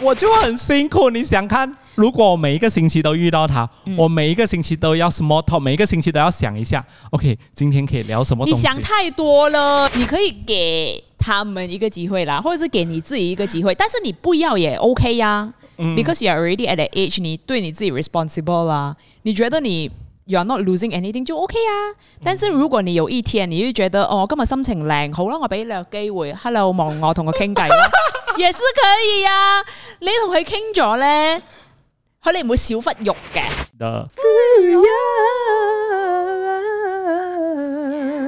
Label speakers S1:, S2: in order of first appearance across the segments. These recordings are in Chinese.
S1: 我就很辛苦。你想看，如果我每一个星期都遇到他，
S2: 嗯
S1: 我每一个星期都要 small talk，每一个星期都要想一下，OK，今天可以聊什么
S2: 你
S1: 东西？
S2: 想太多了，你可以给他们一个机会啦，或者是给你自己一个机会，但是你不要也 OK 呀、
S1: 嗯
S2: Because you are already at the age，你对你自己 responsible 啦，你觉得你 you are not losing anything 就 OK 啊。但是如果你有一天你就覺得哦，我今日心情靚，好啦，我俾你個機會，hello 望我同佢傾 偈啦，也是可以啊。你同佢傾咗咧，佢哋唔會少忽肉嘅。
S1: 的。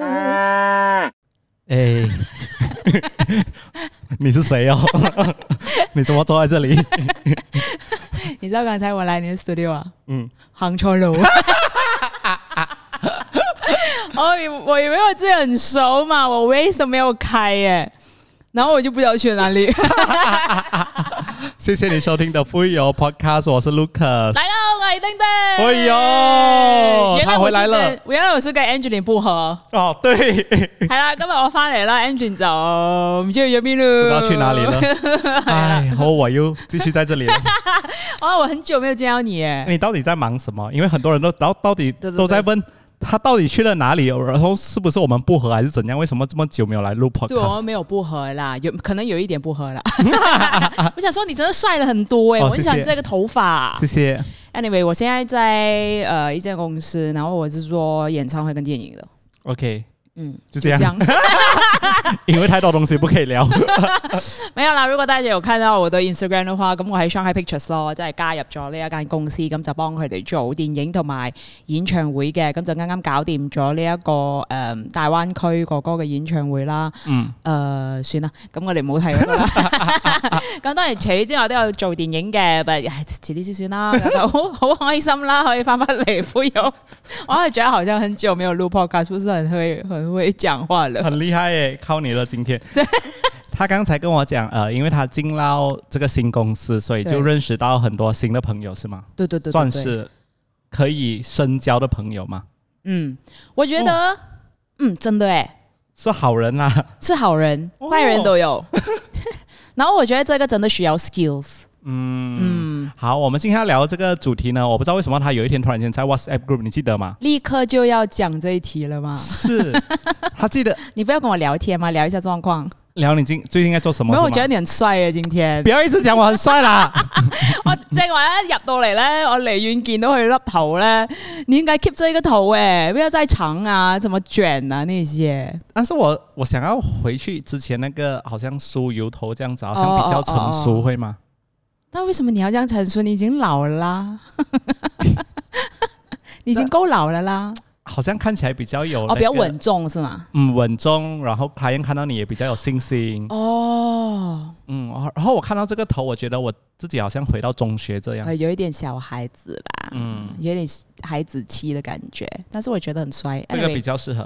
S1: 哎， 你是谁哦？ 你怎么坐在这里？
S2: 你知道刚才我来你的 studio 啊？
S1: 嗯，
S2: 行错 路。我哦以我以为我自己很熟嘛，我为什么没有开耶？然后我就不知道去哪 里。
S1: 谢谢你收听的富有 Podcast，我是 Lucas。
S2: 来了，我是丁丁。
S1: 哎呦
S2: 原来
S1: 他
S2: 我
S1: 回
S2: 是
S1: 来了
S2: 跟。原来我是跟 Angeline 不 合。
S1: 哦，对，不
S2: 系啦，今日我翻嚟啦，Angeline 就唔知去咗边咯。
S1: 知道去哪里 了？哎，和我又继续在这里了。
S2: 哦，我很久没有见到你耶。
S1: 你到底在忙什么？因为很多人都到到底
S2: 对对对
S1: 都在问他到底去了哪里，然后是不是我们不合还是怎样？为什么这么久没有来录
S2: 对，我们
S1: podcast？
S2: 没有不合啦，有可能有一点不 合啦。 我想说，你真的帅了很多哎、
S1: 哦
S2: 我很喜欢
S1: 谢谢
S2: 这个头发。啊
S1: 谢谢。
S2: Anyway，我现在在呃一间公司，然后我是做演唱会跟电影的。
S1: OK，
S2: 嗯，
S1: 就这样， 因为太多东西不可以 聊。
S2: 没有啦。如果大家有看到我的 Instagram 嘅話，咁我喺 Shanghai Pictures 咯，即係加入咗呢一間公司，咁就幫佢哋做電影同埋演唱會嘅，咁就啱啱搞掂咗呢一個誒、呃大灣區哥哥嘅演唱會啦。
S1: 嗯，
S2: 誒、算啦，咁我哋唔好睇嗰個啦。 咁當然除此之外都有做電影嘅，但係唉遲啲先算啦。咁 就好好開心啦，可以翻返嚟富有。我係覺得好像很久沒有錄 podcast，不是很會很會講話了。
S1: 很厉害耶，靠你了今天。 他刚才跟我讲，呃，因为他进到这个新公司，所以
S2: 对
S1: 就认识到很多新的朋友，是吗？
S2: 對對對對
S1: 算
S2: 對
S1: 是可以深交的朋友嘛，
S2: 嗯，我覺
S1: 哦
S2: 得、嗯，真的哎，
S1: 是好人啦、
S2: 是好人，
S1: 哦
S2: 壞人 都有。然後我覺得這個真的需要 skills。
S1: 嗯，好，我们今天要聊这个主题呢，我不知道为什么他有一天突然间在 WhatsApp group，你记得吗？
S2: 立刻就要講這一題了嘛？
S1: 是，他记得
S2: 你不要跟我聊天嘛，聊一下狀況。
S1: 聊你今最近在做什么？
S2: 沒有，
S1: 是
S2: 我
S1: 吗
S2: 覺得你很帥啊，今天
S1: 不。要一直讲我很帅啦，
S2: 我正話一入到嚟咧，我離遠見到佢粒頭咧，你點解 keep 住呢個頭诶？不要再長啊，怎麼卷啊那些？
S1: 但是我我想要回去之前那个好像梳油头这样子，好像
S2: 哦
S1: 比较成
S2: 哦哦
S1: 熟，
S2: 哦
S1: 会吗？
S2: 那為什麼你要這樣陳述？你已經老 了啦，你已經夠老了啦，
S1: 好像看起来比较有、那个
S2: 哦，比较穩重是嗎？
S1: 嗯，稳重，然后他人看到你也比较有信
S2: 嗯
S1: 心，
S2: 哦，
S1: 嗯，然后然后我看到这个头，我觉得我自己好像回到中学这样，
S2: 呃有一點小孩子啦，嗯，有一點孩子氣的感覺，但是我覺得很帥，
S1: 这个
S2: anyway，
S1: 比较适合。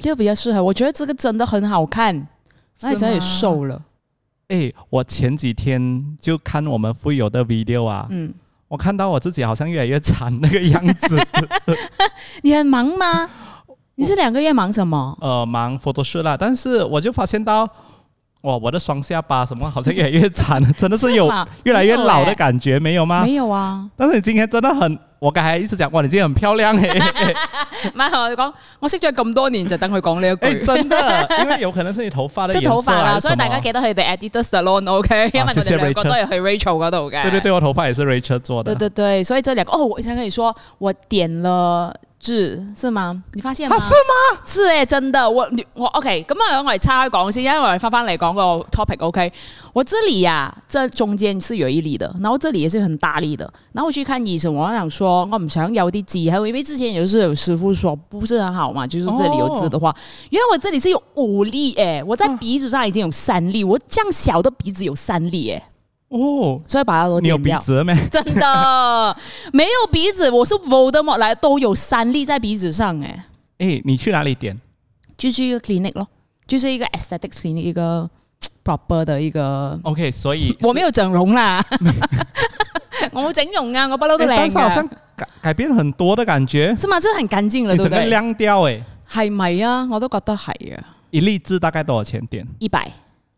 S2: 這個比較適合，我覺得這個真的很好看，那你真的也
S1: 是吗
S2: 瘦了，
S1: 哎，我前几天就看我们富有的 video 啊，
S2: 嗯，
S1: 我看到我自己好像越来越惨那个样子，
S2: 你很忙吗？你这兩個月忙什麼？
S1: 呃，忙 photo shoot 啦，但是我就发现到，哇，我的双下巴什么好像越来越惨，真的是有
S2: 吧
S1: 越来越老的
S2: 没有欸
S1: 感觉，没有吗？
S2: 没有啊，
S1: 但是你今天真的很，我刚才一直讲，哇，你今天很漂 亮哎诶、
S2: 唔係我講，我識咗咁多年就等佢講呢一
S1: 哎、
S2: 句。
S1: 真的，因为有可能是你头发的
S2: 哎即
S1: 颜
S2: 係頭
S1: 色
S2: 髮
S1: 啊，
S2: 啦，所以大家記得去 The Editor Salon，OK，、因為我哋兩個都係去啊 Rachel 嗰度嘅。
S1: 对对对，我头发也是 Rachel 做的，
S2: 對對對所以這兩個哦，我想跟你說，我點了痣是嗎？你發現嗎？
S1: 啊是
S2: 嗎？是誒、真的，我你我 OK，咁啊，我哋岔開講先，因為我哋翻翻嚟講個 topic，OK，、我這裡呀、啊，這中間是有一粒的，然後這裡也是很大粒的，然後我去看醫生，我想說我唔想有啲痣，還有因為之前有是有師傅說不是很好嘛，就是這裡有痣的
S1: 哦
S2: 話，原來我這裡是有五粒誒、我在鼻子上已經有三粒，我這樣小的鼻子有三粒誒、
S1: 哦，
S2: 所以把它都
S1: 你有
S2: 點
S1: 鼻
S2: 掉。
S1: 子了没？
S2: 真的没有鼻子，我是 Voldemort 来都有三粒在鼻子上哎、
S1: 哎，你去哪里点？
S2: 就是一个 clinic 咯，就是一个 aesthetic clinic 一个 proper 的一个，
S1: OK，所以
S2: 我没有整 容啦， 我冇整容啊，我不嬲都
S1: 诶
S2: 靓
S1: 但是好像
S2: 噶，
S1: 改改变很多的感觉，
S2: 是嘛？真系很干净了，
S1: 你
S2: 对
S1: 整
S2: 不
S1: 个
S2: 对？
S1: 亮掉哎诶、
S2: 系咪啊？我都觉得系啊，
S1: 一粒痣大概多少钱点？
S2: 一百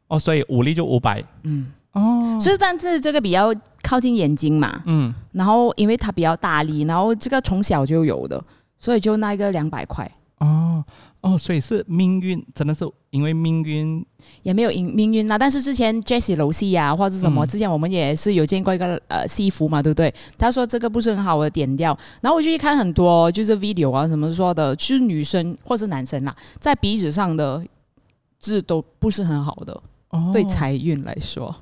S1: 哦，所以五粒就五百。
S2: 嗯，
S1: 哦，
S2: 所以但是这个比较靠近眼睛嘛，
S1: 嗯，
S2: 然后因为它比较大力，然后这个从小就有的，所以就那一个两百块
S1: 哦哦，所以是命运，真的是因为命运
S2: 也没有命命运啦。啊但是之前 Jessie 楼西呀啊或者是什
S1: 嗯
S2: 么，之前我们也是有见过一个呃西服嘛，对不对？他说这个不是很好的点掉，然后我就去看很多就是 video 啊什么说的，就是女生或是男生啦，在鼻子上的痣都不是很好的，
S1: 哦，
S2: 对财运来说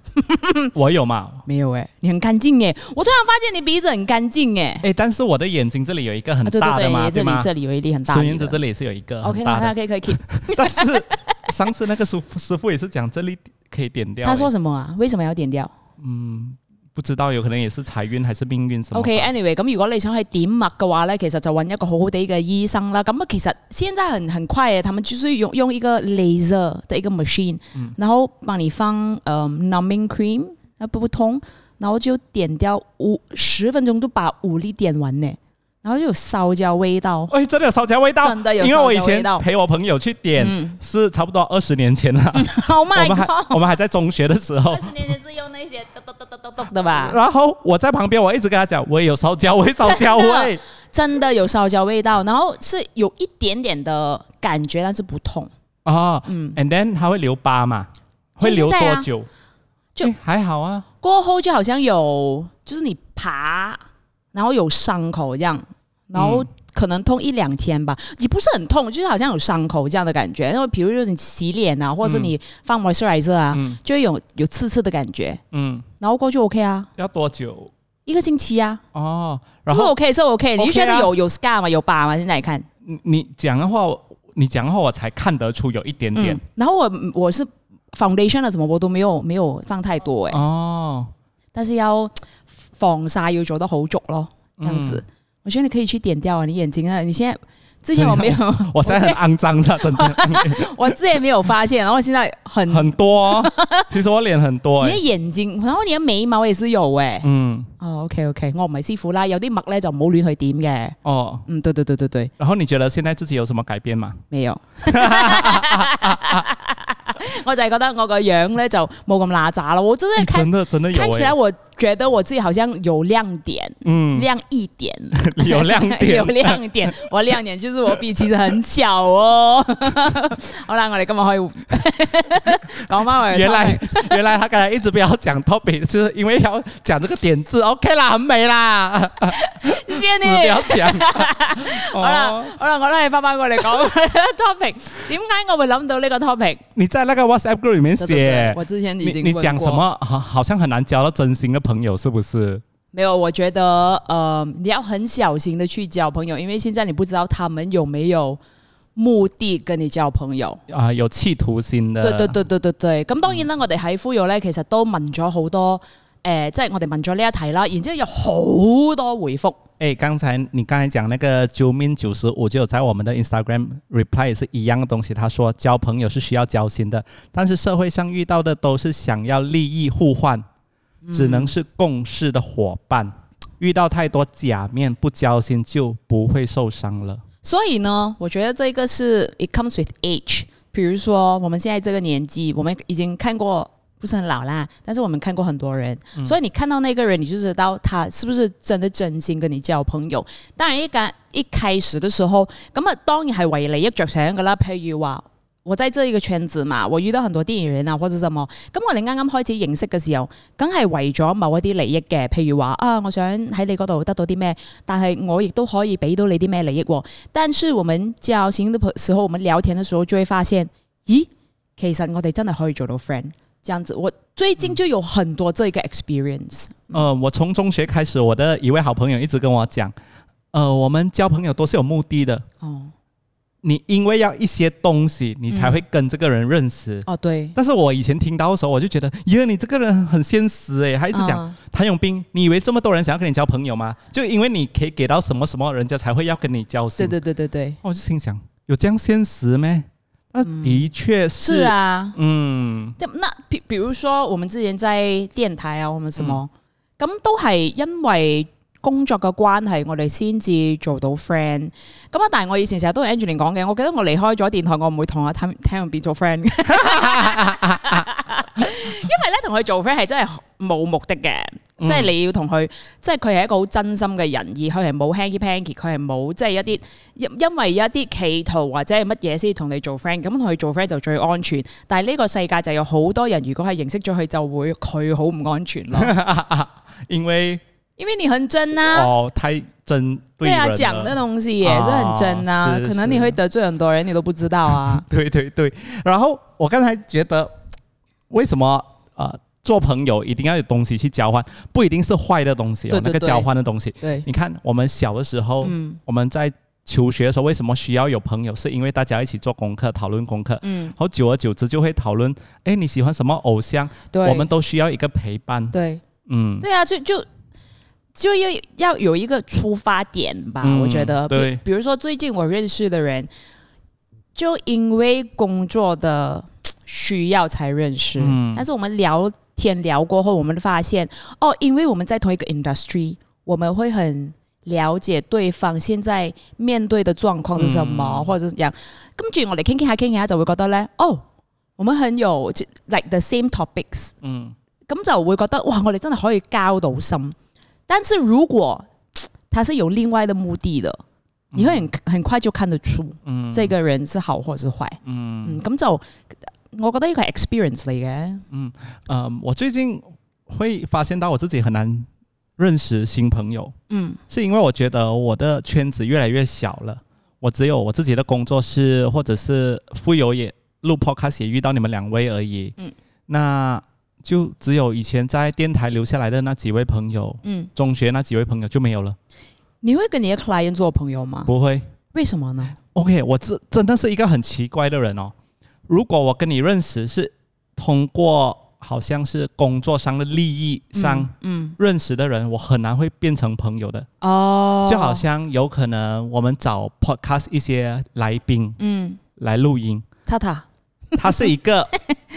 S1: 我有嘛？
S2: 没有哎、你很干净耶！我突然发现你鼻子很干净耶。
S1: 哎，但是我的眼睛这里有一个很
S2: 啊，对
S1: 大
S2: 对
S1: 的嘛，
S2: 对，这里
S1: 吗？
S2: 这里有一粒很大
S1: 孙
S2: 力
S1: 燕
S2: 的
S1: 姿这里是有一个
S2: OK
S1: 很
S2: 啦，
S1: 大的，
S2: 那可以可以 keep。
S1: 但是上次那个师傅师傅也是讲这里可以点掉，
S2: 他说什么啊？为什么要点掉
S1: 嗯，不知道有可能也是财运还是命运什么吧。
S2: ？OK，anyway，、咁如果你想去點墨嘅話咧，其實就揾一個好好地嘅醫生啦。咁啊，其實現在很很快嘅，他們就是用用一個 laser 的一個 machine，、
S1: 嗯
S2: 然後幫你放呃 numbing cream，啊不不通，然後就點掉五十分鐘就把五粒點完呢，然後就有燒焦 味道。
S1: 哎，真的有烧焦味道，
S2: 真的有
S1: 因为我以
S2: 烧焦味
S1: 前
S2: 道
S1: 陪我朋友去点，
S2: 嗯
S1: 是差不多二十年前 了，
S2: ，Oh
S1: 我
S2: my
S1: 们还
S2: god！
S1: 我们还在中学的时 候
S2: 二。十年前是用那些嘟嘟嘟嘟嘟嘟的吧？
S1: 然后我在旁边，我一直跟他讲，我也有烧焦味，烧焦味。
S2: 真的有烧焦味道，然后是有一点点的感觉，但是不痛。
S1: 哦，嗯，and then 它会留疤嘛？
S2: 就
S1: 会
S2: 是
S1: 留
S2: 在啊
S1: 多久？
S2: 就
S1: 哎还好啊。
S2: 过后就好像有，就是你爬，然后有伤口这样，然后可能痛一两天吧，也不是很痛，就是好像有伤口这样的感觉。因为比如就是你洗脸啊，或者是你放 moisturizer 啊，
S1: 嗯
S2: 就会有有刺刺的感觉，
S1: 嗯，
S2: 然后过去 OK 啊，
S1: 要多久？
S2: 一个星期啊，
S1: 哦，
S2: 是
S1: 然后
S2: OK 是 OK，你就
S1: OK
S2: 觉
S1: 啊
S2: 得有有 scar 嘛，有疤嘛？现在看，
S1: 你你讲的话，你讲的话，我才看得出有一点点
S2: 嗯。，然后我我是 foundation 啊什么我都没有没有放太多哎、
S1: 哦，
S2: 但是要防晒要做得好足咯，
S1: 嗯
S2: 这样子。我觉得你可以去点掉啊，你眼睛啊，你现在之前我没有，
S1: 我现在 很肮脏是吧？真的
S2: 我之前没有发现，然后现在很，
S1: 很多 哦。其实我脸很多
S2: 你
S1: 哎
S2: 的。眼睛，然后你嘅眉毛也是有诶、
S1: 嗯，
S2: 哦，OK OK，我唔係師傅啦，有啲墨咧就唔好亂去點嘅。
S1: 哦。
S2: 嗯，對對對對對，
S1: 然后你觉得現在自己有什麼改變嗎？
S2: 沒有。 我就係覺得我個樣咧就冇咁乸渣咯，我真係
S1: 哎
S2: 看
S1: 真的真的有、
S2: 看起
S1: 欸
S2: 來，，我覺得我自己好像有亮點，
S1: 嗯，
S2: 亮一點。
S1: 有亮點，
S2: 有亮点。我亮点就是我鼻其实很小哦。 好啦，我哋今日可以 讲翻我哋 topic
S1: 原来原来他刚才一直不要讲 topic，是因为要讲这个点字，OK 啦，很美啦，
S2: 谢谢
S1: 死不
S2: 你。
S1: 要讲。
S2: 好啦
S1: 哦，，
S2: 好啦，我都系翻翻我哋讲 topic。点解我会谂到呢个 topic？
S1: 你在那个 WhatsApp group 里面
S2: 对对对
S1: 写，
S2: 我之前已
S1: 你
S2: 经
S1: 你
S2: 问
S1: 讲什
S2: 过？
S1: 么？好，好像很难交到真心的朋友，是不是？
S2: 没有，我觉得呃，你要很小心的去交朋友，因为现在你不知道他们有没有目的跟你交朋友。
S1: 啊、有企图心的，
S2: 對對對對對對，咁當然啦，我哋喺呼友咧，其實都問咗好多誒、呃即係我哋問咗呢一題啦，然之後有好多回覆，
S1: 哎，刚才你刚才讲那个九命九十五，就有在我们的 Instagram reply 也是一样的东西。他说交朋友是需要交心的，但是社会上遇到的都是想要利益互换，
S2: 嗯
S1: 只能是共事的伙伴。遇到太多假面不交心，就不会受伤了。
S2: 所以呢，我覺得這個是 it comes with age。比如說，我們現在這個年紀，我們已經看過。不是很老啦，但是我們看過很多人，所以你看到那個人，你就知道他是不是真的真心跟你交朋友。當然一間一開始的時候，咁啊當然係為利益着想噶啦。譬如話，我在這一個圈子嘛，我遇到很多電影人啊或者什麼，咁我哋啱啱開始認識嘅時候，梗係為咗某一啲利益嘅，譬如話啊，我想喺你嗰度得到啲咩，但係我亦都可以俾到你啲咩利益喎。但是我們交心的時候，我們聊天的時候就會發現，咦，其實我哋真係可以做到 friend。這樣子，我最近就有很多這個 experience。
S1: 呃，我从中学开始，我的一位好朋友一直跟我讲，呃，我们交朋友都是有目的的。
S2: 哦
S1: 你因为要一些东西，你
S2: 嗯
S1: 才会跟这个人认识。
S2: 哦，對，
S1: 但是我以前听到的时候，我就觉得，耶，你这个人很现实诶，他一直讲、
S2: 嗯
S1: 谭咏斌，你以为这么多人想要跟你交朋友吗？就因为你可以给到什么什么，人家才会要跟你交心。
S2: 對對對對對，
S1: 我就心想，有这样现实咩？那的确是，
S2: 嗯是，啊。
S1: 嗯
S2: 咁那比比如說，我們之前在電台啊，我們什麼，咁、都係因為工作嘅關係，我哋先至做到 friend。咁啊，但係我以前成日都係 Angeline 講嘅，我記得我離開咗電台，我唔會同阿聽聽人變做 friend 嘅。因為咧同佢做 friend 係真係冇目的嘅，即係你要同佢，即係佢係一個好真心嘅人，而佢係冇 hanky panky，佢係冇即係一啲因因為一啲企圖或者係乜嘢先同你做 friend，咁同佢做 friend 就最安全。但係呢個世界就有好多人，如果係認識咗佢就會佢好唔 安全咯，
S1: 因为
S2: 因為你很真啊。
S1: 哦太针
S2: 对啊，
S1: 人
S2: 讲的
S1: 了
S2: 东西也是很真啊，
S1: 哦是。
S2: 可能你会得罪很多人，你都不知道啊
S1: 对对对，然后我刚才觉得，为什么呃做朋友一定要有东西去交换，不一定是坏的东西哦，
S2: 对对嗯
S1: 那个
S2: 对
S1: 交换的东西。
S2: 对，
S1: 你看我们小的时候，我们在求学的时候，为什么需要有朋友？是因为大家一起做功课，讨论功课。
S2: 嗯，
S1: 然后久而久之就会讨论，哎，你喜欢什么偶像？
S2: 对，
S1: 我们都需要一个陪伴。
S2: 对
S1: 嗯，
S2: 对啊，就就就要要有一个出发点吧，
S1: 嗯
S2: 我觉得。比
S1: 对
S2: 比如说最近我认识的人，就因为工作的需要才认识，
S1: 嗯
S2: 但是我们聊天聊过后，我们发现哦，因为我们在同一个 industry，我们会很。了解對方現在面對的狀況是什麼，
S1: 嗯
S2: 或者是怎樣。跟住我哋傾傾下傾下就會覺得咧，哦，我們很有 like the same topics，
S1: 嗯，
S2: 咁就會覺得哇，我哋真係可以交到心。但是如果他是有另外的目的的，你會
S1: 嗯
S2: 很很快就看得出，嗯，這個人是好或是壞，嗯，咁就我覺得呢個係 experience 嚟嘅，
S1: 嗯，我最近会发现到我自己很难认识新朋友，
S2: 嗯
S1: 是因为我觉得我的圈子越来越小了。我只有我自己的工作室，或者是富有也录 podcast 也遇到你们两位而已。
S2: 嗯，
S1: 那就只有以前在电台留下来的那几位朋友，
S2: 嗯。
S1: 中学那几位朋友就没有了。
S2: 你會跟你的 client 做朋友嗎？
S1: 不会
S2: 為什麼呢？
S1: ，OK，我真真的是一个很奇怪的人哦。如果我跟你认识是通过好像是工作上的利益上
S2: 嗯
S1: 认识的人，我很难会变成朋友的。
S2: 哦，
S1: 就好像有可能我们找 podcast 一些来宾
S2: 嗯
S1: 来录音，
S2: 塔塔
S1: 他是一 个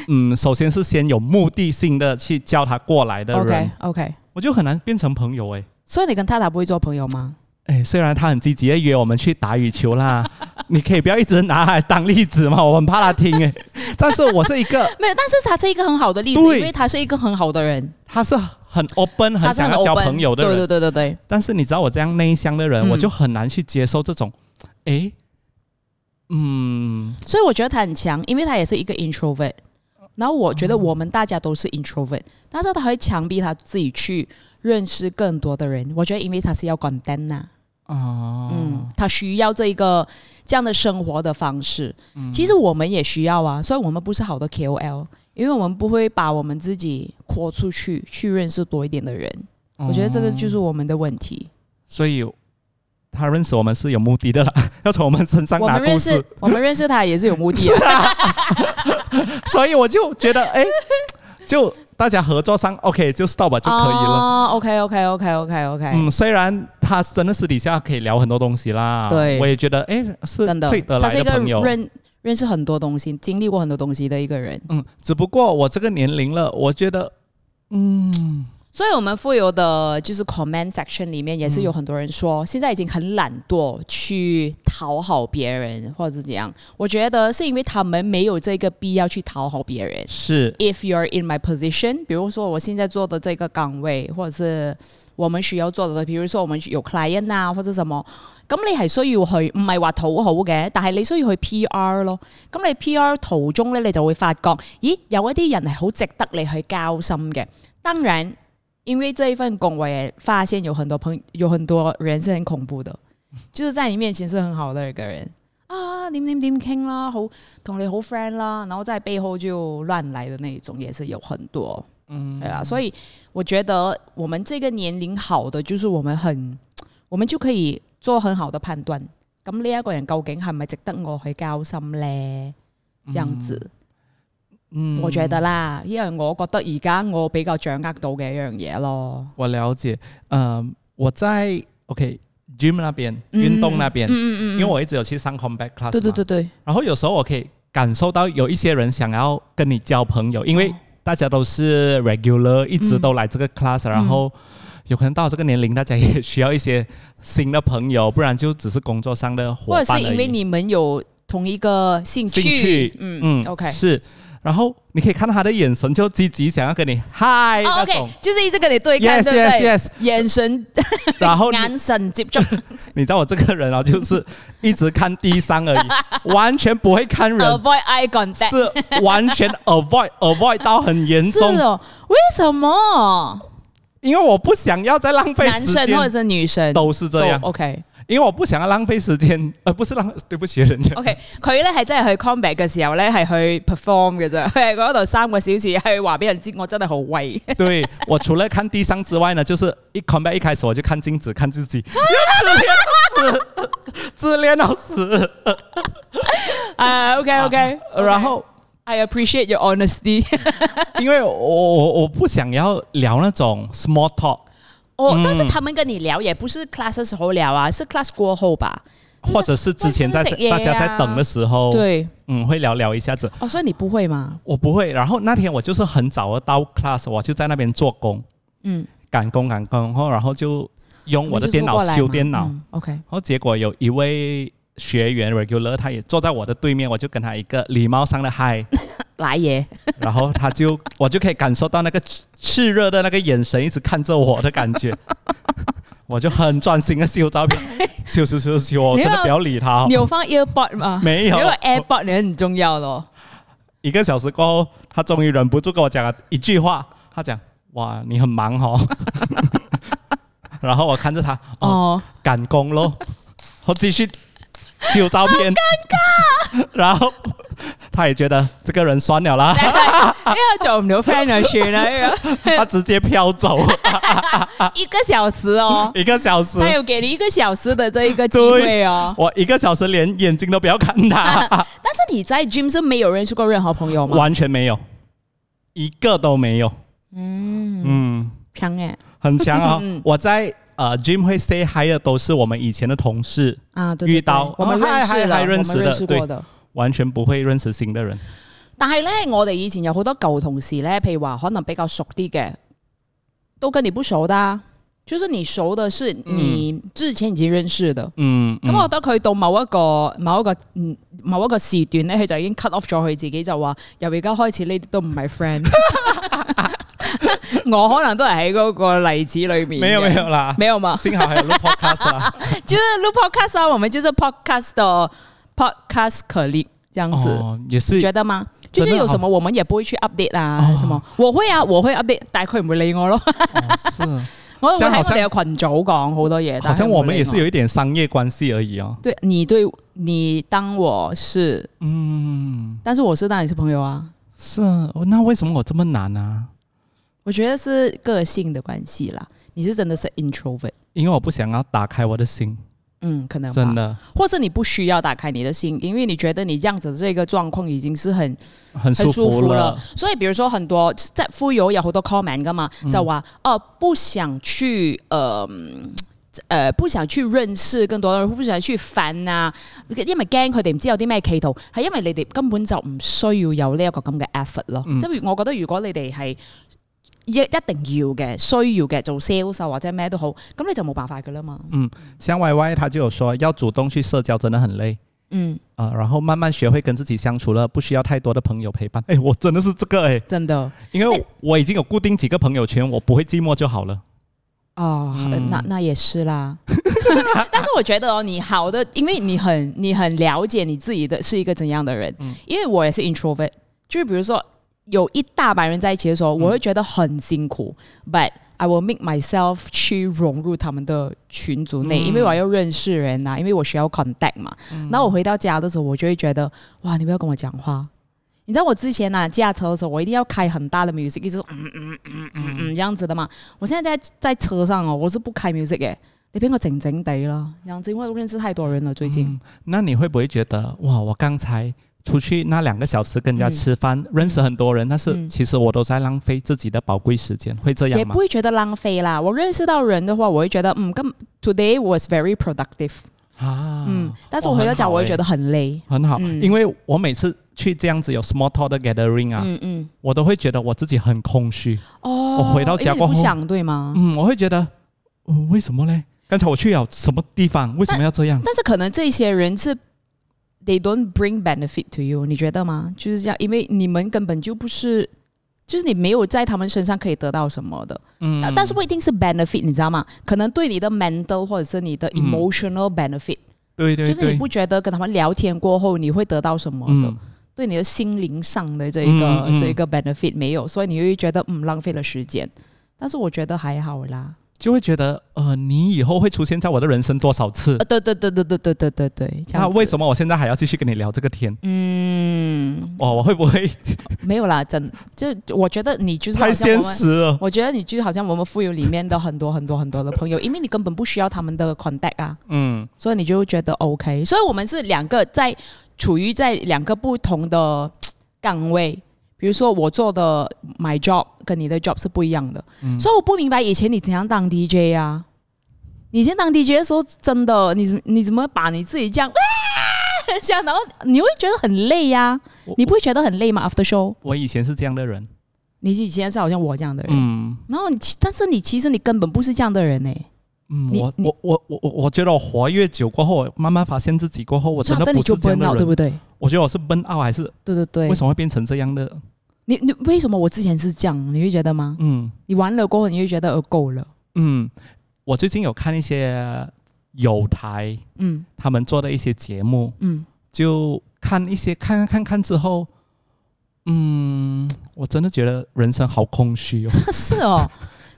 S1: 嗯，首先是先有目的性的去叫他过来的人
S2: ，OK OK，
S1: 我就很难变成朋友诶。
S2: 所以你跟塔塔不會做朋友嗎？
S1: 哎，虽然他很积极的约我们去打羽球啦， 你可以不要一直拿来当例子嘛，我很怕他听 诶。但是我是一个，
S2: 沒有，但是他是一個很好的例子，因
S1: 對
S2: 為他是一個很好的人，
S1: 他是很 open，
S2: 他
S1: 很
S2: 是
S1: 想
S2: 很
S1: 要交
S2: open，
S1: 朋友的
S2: 對
S1: 人，
S2: 對對對對，
S1: 但是你知道我这样内向的人，
S2: 嗯
S1: 我就很难去接受这种，诶，嗯，
S2: 所以我觉得他很强，因为他也是一个 introvert。然后我觉
S1: 哦
S2: 得我们大家都是 introvert，、但是他会强逼他自己去认识更多的人。我觉得因为他是要 content 呐、
S1: 哦，
S2: 嗯，他需要这一个这样的生活的方式。
S1: 嗯
S2: 其实我们也需要啊，所以我们不是好的 KOL，因为我们不会把我们自己扩出去，去认识多一点的人。我觉得这个
S1: 哦
S2: 就是我们的问题。
S1: 所以他认识我们是有目的的啦， 要从我们身上
S2: 我
S1: 拿
S2: 们
S1: 故
S2: 认
S1: 事
S2: 识，我们认识他也是有目的的。
S1: 所以我就觉得，哎，就大家合作上 OK 就 stop 吧就可以了。
S2: 哦、OK 哎 OK OK OK OK，、
S1: 嗯，虽然他真的私底下可以聊很多东西啦，
S2: 对
S1: 我也觉得，哎，是
S2: 真的
S1: 对，得
S2: 他
S1: 来
S2: 是一
S1: 的
S2: 个
S1: 朋友。
S2: 认认识很多东西、经历过很多东西的一个人。
S1: 嗯，只不过我这个年龄了，我觉得，嗯，
S2: 所以，我们富有的就是 comment section 里面也
S1: 嗯
S2: 是有很多人说，现在已经很懒惰去讨好别人，或者是怎样。我觉得是因为他们没有这个必要去讨好别人。
S1: 是
S2: If you're in my position，比如说我现在做的这个岗位，或者是我们需要做的，比如说我们有 client 啊，或者什麼，咁你係需要去唔係話討好嘅，但係你需要去 PR 咯。咁你 PR 途中咧，你就會發覺，咦，有一啲人係好值得你去交心嘅。當然，因為這一份工，我也發現有很多朋有很多人是很恐怖的，就是在你面前是很好的一個人。啊，點點點傾啦，好同你好 friend 啦，然後在背後就亂來的那一種也是有很多，嗯，對啊，所以我覺得我們這個年齡好的就是我們很，我們就可以做很好的判斷，咁呢一個人究竟係咪值得我去交心呢？這樣子，
S1: 嗯，
S2: 我覺得啦，因為我覺得而家我比較掌握到嘅一樣嘢咯，
S1: 我了解。嗯、我在 OK gym 那边，运动那边，
S2: 嗯嗯嗯，
S1: 因为我一直有去上 combat class，
S2: 對對
S1: 嘛
S2: 對對，
S1: 然后有时候我可以感受到有一些人想要跟你交朋友，因为
S2: 哦嗯
S1: 大家都是 regular，一直都来这个 class，、然后有可能到这个年龄，大家也需要一些新的朋友，不然就只是工作上的伙
S2: 或
S1: 伴
S2: 者
S1: 而
S2: 是
S1: 已。
S2: 因為你們有同一個興
S1: 兴趣，
S2: 嗯嗯，OK，
S1: 是。然后你可以看到他的眼神就积极想要跟你嗨
S3: 哦
S1: 那种
S3: ，OK，，就是一直跟你对看
S1: Yes,
S3: 对不对
S1: yes, yes
S3: 眼神
S1: 然 后你
S3: 眼神 接触，
S1: 你知道我这个人啊，就是一直看地上而 已，完全不会看
S2: Oh,
S1: 人，
S3: avoid eye contact。
S1: 是完全 avoid avoid 到很严
S3: 是
S1: 重，
S3: 哦，为什么
S1: 因为我不想要再浪费
S3: 男
S1: 时
S3: 生或者
S1: 间，
S3: 是女生哦
S1: 都是这样，
S3: OK
S1: 因为我不想要浪费时间，呃，不是浪， 对不起人家，
S3: OK，佢咧係真係去 combat 嘅時候咧係去 perform 嘅啫，佢喺嗰度三個小時去話俾人知我真係好威。
S1: 对我除了看地上之外呢，就是一 combat 一开始我就看镜子看自己， 自恋到死，自恋到死，
S3: 啊 OK OK，
S1: 然后。
S3: I appreciate your honesty。
S1: 因为我我我不想要聊那种 small talk，
S3: 哦，
S1: 嗯
S3: 但是他們跟你聊也不是 class 嘅時候聊啊，是 class 過後吧？
S1: 或者是之前在
S3: 或者是食嘢啊
S1: 大家在等的时候，
S3: 對，
S1: 嗯，会聊聊一下子。
S3: 哦，所以你不會嘛？
S1: 我不会，然后那天我就是很早到 class，我就在那边做工，
S3: 嗯，
S1: 赶工赶工，然后然后就用我的
S3: 你就
S1: 电
S3: 坐
S1: 脑
S3: 過來
S1: 修
S3: 嘛
S1: 电脑，然
S3: 嗯 OK，
S1: 后结果有一位学员 regular，他也坐在我的对面，我就跟他一个礼貌上 的嗨，
S3: 奶嘢。
S1: 然后他就我就可以感受到那个炽炽热的那个眼神一直看着我的感觉， 我就很专心的 修照片，修修修修，我真的不要理他、哦
S3: 你。有放 earbud 吗？
S1: 没有
S3: 因為 earbud 你很重要咯。
S1: 一个小时过后，他终于忍不住跟我讲了一句话，他讲：“哇，你很忙 哦。”然后我看着他，哦，
S3: 哦，
S1: 赶工咯，我继续修照片，尴尬。然后他也觉得这个人酸了啦，啊
S3: 呢個哎做唔到 friend 就算 啦，呢個
S1: 他直接飘 走啊
S3: 一個小時哦。
S1: 一个小时。
S3: 他有给你一个小时的这一个机会哦。
S1: 我一个小时连眼睛都不要看 他，
S3: 但是你在 gym 是没有认识过任何朋友吗？
S1: 完全没有，一个都没有。嗯嗯，
S3: 强哎
S1: 很强 哦
S3: 嗯。
S1: 我在呃 gym 会 stay high 的都是我们以前的同事，
S3: 啊，对对对
S1: 遇到
S3: 我们认识
S1: 哦
S3: 了，
S1: 嗨嗨嗨认识
S3: 我
S1: 的
S3: 们认识过的。
S1: 完全不会认识新的人。
S2: 但係咧，我哋以前有好多舊同事咧，譬如話可能比較熟啲嘅，都跟你不熟的、啊，就是你熟的是你之前已經認識的。
S1: 嗯，
S2: 咁、
S1: 嗯
S2: 我覺得佢到某一個某一個嗯某一個時段咧，佢就已經 cut off 咗佢自己，就話由而家開始呢啲都唔係 friend。我可能都係喺嗰個例子裏面嘅。
S1: 没有没有啦，
S2: 沒有嘛，
S1: 幸好还有录 podcast 啊啦。
S2: 就是錄 podcast 啊，我們就是 podcast 的 podcast 可力這樣 子。
S1: 哦，也
S2: 你
S1: 是
S2: 觉得嗎？就是
S1: 真的
S2: 有什麼我們也不會去 update 啊
S1: 哦，
S2: 什麼我會啊，我會 update，但係佢唔會理我 咯。
S1: 哦
S2: 我會
S1: 這樣
S2: 喺
S1: 好
S2: 我
S1: 像
S2: 哋嘅群組講好多嘢，
S1: 是，好
S2: 但係
S1: 像
S2: 佢唔會
S1: 我们也是
S2: 理
S1: 有一点商业关系而已哦。
S2: 對你對你當我是，
S1: 嗯，
S2: 但是我是當你是朋友啊。
S1: 是啊，那为什么我这么难啊？
S2: 我覺得是個性的關係啦。你是真的是 introvert，
S1: 因为我不想要打开我的心，
S2: 嗯，可能吧
S1: 真，的
S2: 或是你不需要打開你的心，因為你覺得你這樣子的這個狀況已經是很
S1: 很
S2: 很
S1: 舒
S2: 舒服
S1: 了
S2: 了。。所以，比如說很多即係 f 友有好多 comment 噶嘛，
S1: 嗯
S2: 就話哦、不想去呃。嗯呃不想去認識更多人，不想去煩啊，因為驚佢哋唔知有啲咩企圖，係因為你哋根本就唔需要有呢一個咁嘅 effort 咯。
S1: 嗯
S2: 即係我覺得，如果你哋係一一定要嘅、需要嘅做 sales 啊或者咩都好，咁你就冇辦法噶啦嘛。
S1: 像 Y Y 他就有说，要主动去社交真的很累。
S2: 嗯，
S1: 啊、然后慢慢学会跟自己相处了，不需要太多的朋友陪伴。哎，我真的是这个哎，
S2: 真的
S1: 因为我已经有固定几个朋友圈，我不会寂寞就好了。
S2: 哦，
S1: 嗯
S2: 那那也是啦。 但是我觉得哦，你好的，因为你很你很了解你自己的是一个怎样的人。因为我也是 introvert，就是比如说有一大把人在一起的时候，我会觉得很辛苦、b u t I will make myself 去融入他们的群组内，
S1: 嗯
S2: 因为我要认识人呐、因为我需要 contact 嘛。那、我回到家的时候，我就会觉得哇，你不要跟我讲话。你知道我之前啊驾车的时候，我一定要开很大的 music，一直说嗯嗯嗯嗯嗯这样子的嘛。我现在在在车上哦，我是不开 music 嘅，你俾我静静地啦，这样子，因为我认识太多人了最近。
S1: 嗯，那你会不会觉得哇，我刚才出去那两个小时跟人家
S2: 嗯
S1: 吃饭，认识很多人，但是
S2: 嗯
S1: 其实我都在浪费自己的宝贵时间，会这
S2: 也
S1: 样吗
S2: 不？会觉得浪费啦。我认识到人的话，我会觉得嗯，今 today was very productive，、
S1: 啊，
S2: 嗯，但是我回到家，我会觉得很累。
S1: 很好，
S2: 嗯
S1: 因为我每次去这样子有 small talk 的 gathering 啊，
S2: 嗯嗯，
S1: 我都会觉得我自己很空虚。啊
S2: 哦，
S1: 我回到家
S2: 因为你
S1: 过后
S2: 不想对吗？
S1: 嗯，我会觉得，嗯，为什么嘞？刚才我去了什么地方？为什么要这样？
S2: 但是可能这些人是 they don't bring benefit to you，你觉得吗？就是这样，因为你们根本就不是，就是你没有在他们身上可以得到什么的。啊
S1: 嗯，
S2: 但是不一定是 benefit，你知道吗？可能对你的 mental 或者是你的
S1: 嗯
S2: emotional benefit，、
S1: 对对
S2: 就是
S1: 对
S2: 你，不啊觉得跟他们聊天过后你会得到什么的，
S1: 嗯
S2: 对你的心灵上的这一个、
S1: 嗯嗯嗯
S2: 这一个 benefit 没有，所以你会觉得嗯浪费了时间。但是我觉得还好啦。
S1: 就会觉得呃，你以后会出现在我的人生多少次
S2: 呃，？对对对对对对对对对，这
S1: 那
S2: 样
S1: 为
S2: 么？
S1: 什么我现在还要继续跟你聊这个天？
S2: 嗯，
S1: 哦，我会不会
S2: 没有啦，真就我觉得你就是好
S1: 太
S2: 像我
S1: 现
S2: 们
S1: 实了？
S2: 我觉得你就好像我们富有里面的很多很多很多的朋友，因为你根本不需要他们的 contact 啊。
S1: 嗯
S2: 所以你就觉得 OK。所以我们是两个在处于在两个不同的岗位，比如说我做的 my job 跟你的 job 是不一样的，
S1: 嗯
S2: 所以我不明白以前你怎样当 DJ 啊？你以前当 DJ 的时候，真的你你怎么把你自己这样？啊这样，然后你会觉得很累呀、
S1: 我
S2: 你不会觉得很累吗？After show，
S1: 我以前是这样的人，
S2: 你以前是好像我这样的人，
S1: 嗯
S2: 然后你其但是你其实你根本不是这样的人欸呢、
S1: 嗯，
S2: 你
S1: 我
S2: 你
S1: 我我我我我觉得我活越久过后，我慢慢发现自己过后，我真的
S2: After
S1: 不
S2: 你就是
S1: 这样
S2: burn
S1: 的
S2: out，对
S1: 人。
S2: 不对？
S1: 我觉得我是奔傲还是
S2: 对对对。
S1: 为什么会变成这样的？
S2: 你你为什么我之前是这样？你会觉得吗？
S1: 嗯
S2: 你玩了过后，你会觉得呃够了，
S1: 嗯，我最近有看一些友台
S2: 嗯
S1: 他们做的一些节目，
S2: 嗯，
S1: 就看一些看看看看之后，嗯，我真的觉得人生好空虚哦。
S2: 是哦，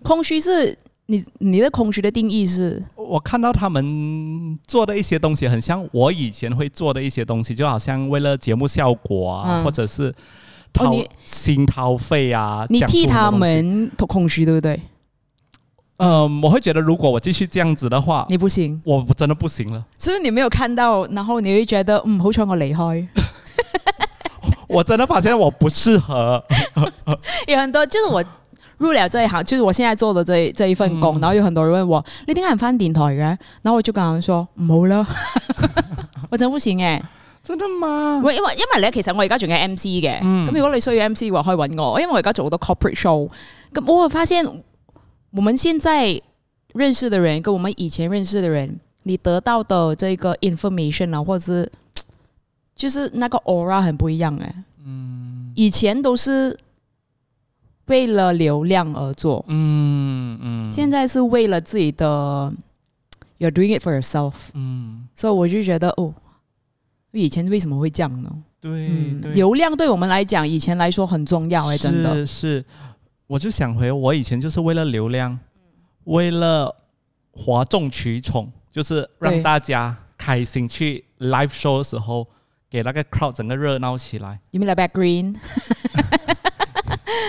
S2: 空虚是你你的空虚的定义是
S1: 我看到他们做的一些东西，很像我以前会做的一些东西，就好像为了节目效果啊，
S2: 嗯哦
S1: 或者是掏、
S2: 你
S1: 心掏肺啊，
S2: 你
S1: 讲出
S2: 替他
S1: 很多东西。啊
S2: 们空虚，对不对？
S1: 嗯、我会觉得如果我继续这样子的话，
S2: 你不行，
S1: 我我真的不行了，
S2: 所以你没有看到，然后你会觉得嗯，好彩我离开。
S1: 我真的发现我不适合。
S2: 有很多就是我入了这一行，就是我现在做的这一这一份工，
S1: 嗯
S2: 然后有很多人问我，你点解唔翻电台嘅？然后我就跟他们说唔好啦， 我真係不行欸嘅。
S1: 真的吗？
S2: 喂，因為因為咧，其實我而家仲有 MC 嘅，咁、
S1: 嗯
S2: 如果你需要 MC 嘅話，可以揾我，因為我而家做好多 corporate show，咁我會發現，我們現在認識的人跟我們以前認識的人，你得到的这個 information 啊，或者是就是那個 aura 很不一樣诶、
S1: 嗯
S2: 以前都是為了流量而做，
S1: 嗯嗯，
S2: 現在是為了自己的，you're doing it for yourself，
S1: 嗯
S2: 所以我就覺得哦，以前為什麼會這樣呢？
S1: 对、对
S2: 嗯，流量对我们来讲，以前来说很重要哎、真的。
S1: 是是，我就想回我以前就是为了流量，
S2: 嗯
S1: 为了哗众取宠，就是让
S2: 对
S1: 大家开心去 live show 的时候，给那个 crowd 整个热闹起 来。
S2: 你们来 Back Green，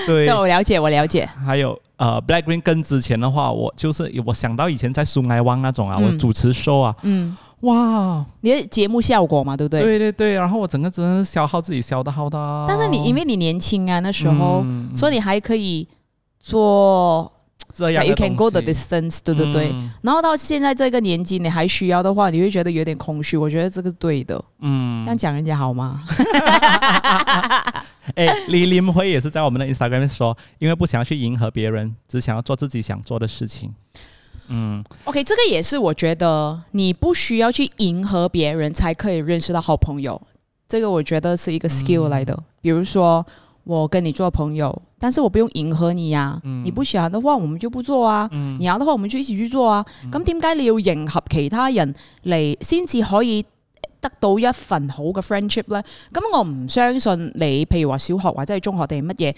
S1: 对
S2: 这我了解，我 了解。
S1: 还有呃，Black Green 跟之前的话，我就是我想到以前在苏埃湾那种啊，我
S2: 嗯
S1: 主持 show 啊，
S2: 嗯，
S1: 哇，
S2: 你的节目效果嘛，对不对？
S1: 对对对，然后我整个真的是消耗自己消的耗到，
S2: 但是你因为你年轻啊，那时候，
S1: 嗯
S2: 所以你还可以做
S1: 这样
S2: ，like，you
S1: 的
S2: can go the
S1: 东西
S2: distance，对对对。
S1: 嗯
S2: 然后到现在这个年纪，你还需要的话，你会觉得有点空虚。我觉得这个是对的，
S1: 嗯
S2: 这样讲人家好吗？
S1: 哎，李林辉也是在我们的 Instagram 说，因为不想要去迎合别人，只想要做自己想做的事情。嗯
S2: OK，这个也是我觉得你不需要去迎合别人才可以认识到好朋友，这个我觉得是一
S1: 嗯
S2: 个 skill 来的。比如说我跟你做朋友，但是我不用迎合你呀、
S1: 嗯
S2: 你不喜欢的话我们就不做啊，
S1: 嗯
S2: 你要的话我們就一起去做啊。咁點解你要迎合其他人嚟先至可以得到一份好嘅 friendship 咧？咁我唔相信你，譬如話小學或者係中學定係乜嘢，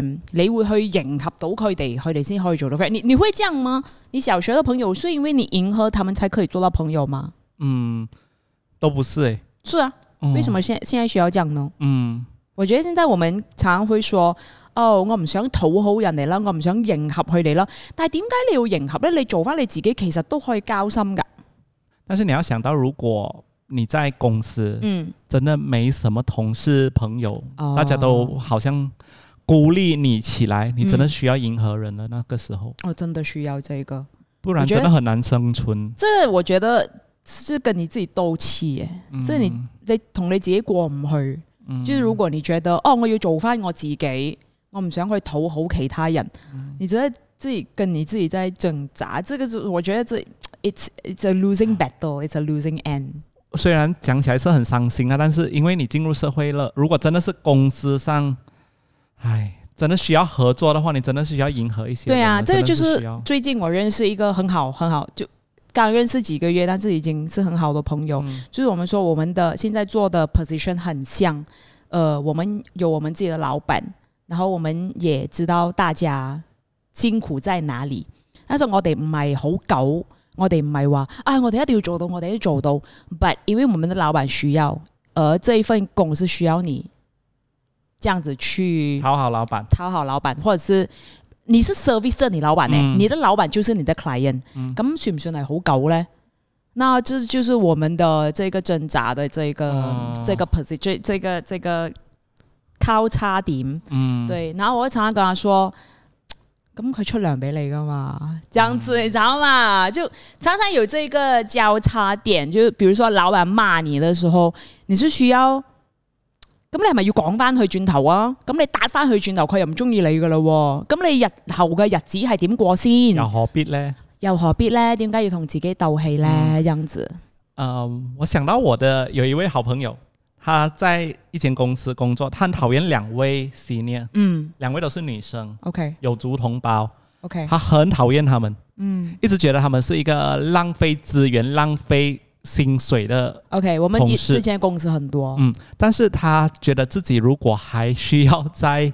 S2: 誒、你會去迎合到佢哋，佢哋先可以做到 friend。你你會這樣嗎？你小學的朋友是因為你迎合他們才可以做到朋友嗎？
S1: 嗯，都不是哎、
S2: 是啊，
S1: 嗯
S2: 為什？麼現現在需要這樣呢？
S1: 嗯
S2: 我覺得現在我們常會說，哦，我唔想討好人哋啦，我唔想迎合佢哋啦。但係點解你要迎合咧？你做翻你自己，其實都可以交心㗎。
S1: 但是你要想到，如果你在公司、
S2: 嗯，
S1: 真的没什么同事朋友，
S2: 哦
S1: 大家都好像孤立你起来，你真的需要迎合人了。那个时候，
S2: 嗯我真的需要这个。
S1: 不然
S2: 我觉得
S1: 真的很难生存。
S2: 这我覺得是跟你自己鬥氣嘅，即係你
S1: 嗯
S2: 你同你自己過唔去。
S1: 嗯
S2: 即係如果你覺得哦，我要做翻我自己，我唔想去討好其他人，
S1: 嗯
S2: 你覺得自己跟你自己在掙扎，這個是我覺得這 it's it's a losing battle，it's a losing end。
S1: 虽然讲起来是很伤心啊，但是因为你进入社会了，如果真的是公司上，唉，真的需要合作的话，你真的是需要迎合一些人
S2: 对
S1: 的。
S2: 啊，这个就
S1: 真的
S2: 是
S1: 需要
S2: 最近我认识一个很好很好，就刚认识几个月，但是已经是很好的朋友。
S1: 嗯
S2: 就是我们说我们的现在做的 position 很像，呃，我们有我们自己的老板，然后我们也知道大家辛苦在哪里，但是我哋唔係好狗，我哋唔係話啊，我哋一定要做到，我哋要做到，but 因為我們的老板需要，而這一份工是需要你这样子去
S1: 讨好老板，
S2: 讨好老板，或者是你是 service 这你老板呢、
S1: 嗯
S2: 你的老板就是你的 client，
S1: 嗯
S2: 咁、算唔算係好狗呢？那这就是我们的这个挣扎的这个、
S1: 哦
S2: 这个 position 这这个这个交叉点。
S1: 嗯，
S2: 对，然后我就常常跟他说。咁佢出糧俾你噶
S1: 嗯
S2: 嘛？這樣子你知道嘛？就常常有这个交叉點，就比如說老闆罵你的時候，你是需要咁你係咪要講翻佢轉頭啊？咁你打翻佢轉頭，佢又唔中意你噶啦喎。咁你日後嘅日子係點過先？
S1: 又何必呢？
S2: 又何必呢？點解要同自己鬥氣呢？
S1: 嗯
S2: 這樣子，
S1: 嗯，我想到我的有一位好朋友，她在一间公司工作，她很讨厌两位 senior，
S2: 嗯
S1: 两位都是女生，
S2: ，OK
S1: 有族同胞，
S2: OK，
S1: 她很讨厌他们，
S2: 嗯
S1: 一直觉得他们是一个浪费资源、浪费薪水的。
S2: ，OK，我們
S1: 同
S2: 以
S1: 事
S2: 之前公司很多，
S1: 嗯，但是她觉得自己如果还需要在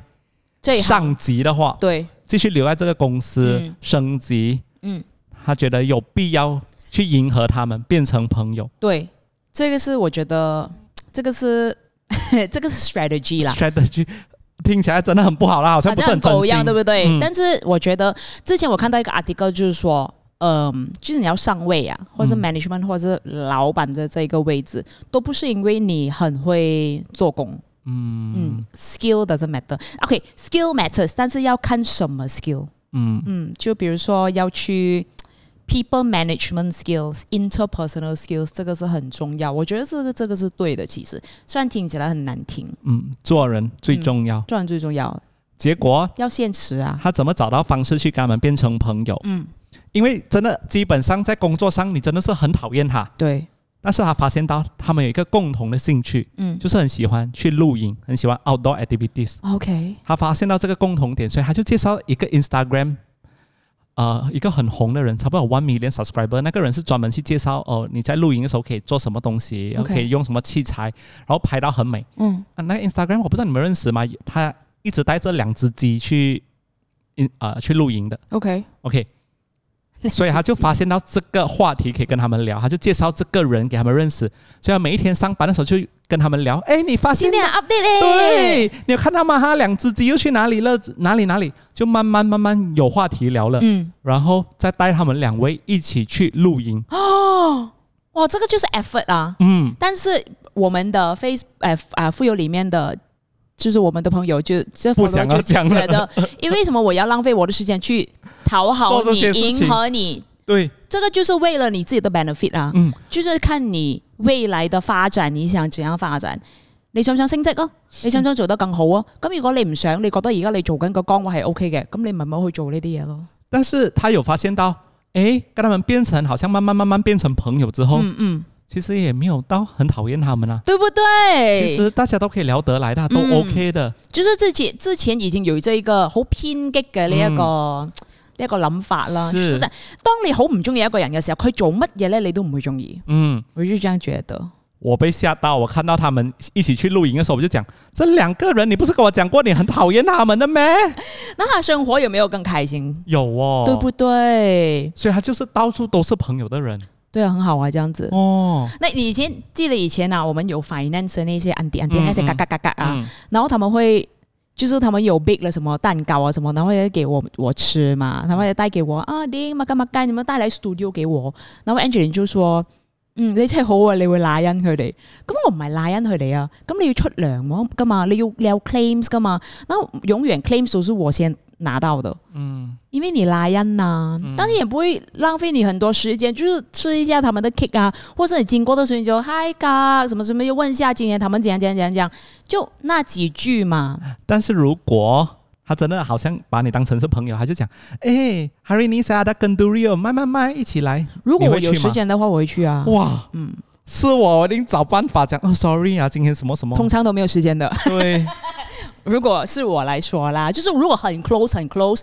S2: 最
S1: 嗯
S2: 好
S1: 上级的话，
S2: 對，
S1: 继续留在这个公司、
S2: 嗯
S1: 升级，
S2: 嗯。
S1: 她觉得有必要去迎合他们，变成朋友
S2: 对，这个是我觉得这个是 这个是 strategy 啦，
S1: strategy。听起来真的很不好啦，好像
S2: 好
S1: 不是很真
S2: 狗一
S1: 心
S2: 样，。对不对？
S1: 嗯
S2: 但是我觉得之前我看到一个 article 就是说。嗯，就是你要上位啊，或是
S1: 嗯
S2: management，、或是老板的这个位置，都不是因为你很会做工，嗯，skill doesn't matter。OK，skill、matters，但是要看什么 skill。
S1: 嗯
S2: 嗯，就比如说要去 people management skills、interpersonal skills，这个是很重要。我觉得这个这个是对的，其实虽然听起来很难听，
S1: 嗯，做人最重要。
S2: 当然最重要
S1: 结果
S2: 要现实啊。
S1: 他怎么找到方式去跟他们变成朋友？
S2: 嗯，
S1: 因为真的基本上在工作上，你真的是很讨厌他，
S2: 对，
S1: 但是他发现到他们有一个共同的兴趣，
S2: 嗯
S1: 就是很喜欢去露营，很喜欢 outdoor activities。
S2: ，OK，
S1: 他发现到这个共同点，所以他就介绍一个 Instagram，呃，一个很红的人，差不多有 one million subscriber，那个人是专门去介绍哦，你在露营的时候可以做什么东西，然后
S2: OK
S1: 可以用什么器材，然后拍到很美。
S2: 嗯
S1: 啊，那个 Instagram 我不知道你们认识吗？他一直带着两只鸡去，嗯呃，去露营的。
S2: ，OK，
S1: OK，所以他就发现到这个话题可以跟他们聊，他就介绍这个人给他们认识。所以他每一天上班的时候就跟他们聊，哎，你发现
S4: 今
S1: 到
S4: 天的 update 嘞，
S1: 对，你有看到吗？他两只鸡又去哪里了？哪里哪里？就慢慢慢慢有话题聊了，
S2: 嗯，
S1: 然后再带他们两位一起去露营。
S2: 哦哇，这个就是 effort 啊。
S1: 嗯，
S2: 但是我们的 face 呃啊富有里面的。就是我们的朋友就就
S1: 不想
S2: follower
S1: 要
S2: 就
S1: 讲了
S2: 觉得，因为什么我要浪费我的时间去讨好
S1: 做这
S2: 你、
S1: 些事情
S2: 迎合你，
S1: 对，
S2: 这个就是为了你自己的 benefit 啊，
S1: 嗯
S2: 就是看你未来的發展，你想怎樣發展，你想唔想升職啊？你想唔想做得更好啊？咁如果你唔想，你覺得而家你做緊個崗位係 OK 嘅，咁你咪唔好去做呢啲嘢咯。
S1: 但是他有发现到，哎，跟他们变成好像慢慢慢慢变成朋友之后，
S2: 嗯嗯，
S1: 其实也没有到很讨厌他们啊。
S2: 對不
S1: 其
S2: 對？
S1: 实大家都可以聊得来的，都
S2: 嗯
S1: OK 的。
S2: 就是之前之前已經有這一個好偏激嘅呢一個呢一個諗法啦。
S1: 嗯是
S2: 就是當你好唔中意一個人嘅時候，佢做乜嘢咧你都唔會中意。
S1: 嗯，
S2: 我就這樣覺得。
S1: 我被吓到，我看到他们一起去露营的时候，我就讲，这两个人，你不是跟我讲过你很讨厌他们的咩？
S2: 那他生活有沒有更開心？
S1: 有哦，
S2: 對不對？
S1: 所以他就是到处都是朋友的人
S2: 對啊，很好啊，這樣子。
S1: 哦。
S2: 那你以前记得以前啊，我们有 finance 的那些 auntie auntie
S1: 嗯
S2: 那些
S1: 嗯
S2: 嘎嘎嘎嘎啊，
S1: 嗯
S2: 然后他们会就是他们有 bake 了什么蛋糕啊什么，然后也给我我吃嘛，他们也带给我啊，丁嘛干嘛干，你们带来 studio 给我，然後 Angeline 就說：嗯，你真係好啊，你會賴恩佢哋。咁我唔係賴恩佢哋啊，咁你要出糧喎噶嘛，你要你有 claims 噶嘛，然後永遠 claims 都是我先拿到的。
S1: 嗯
S2: 因为你拉恩呐、但是也不会浪费你很多时间，就是吃一下他们的 cake 啊，或是你经过的时候你就嗨嘎什么什么，又问一下今年他们怎样怎样怎样怎样，就那几句嘛。
S1: 但是如果他真的好像把你当成是朋友，他就讲，哎，Hari Nisa 跟 Durio 慢慢慢一起来，
S2: 如果
S1: 你
S2: 我
S1: 会去
S2: 有时
S1: 吗
S2: 间的话，我会去啊。
S1: 哇，
S2: 嗯，
S1: 是哦我，我一定找办法讲。哦，sorry 啊，今天什么什么。
S2: 通常都没有时间的。
S1: 对，
S2: 如果是我来说啦，就是如果很 close 很 close，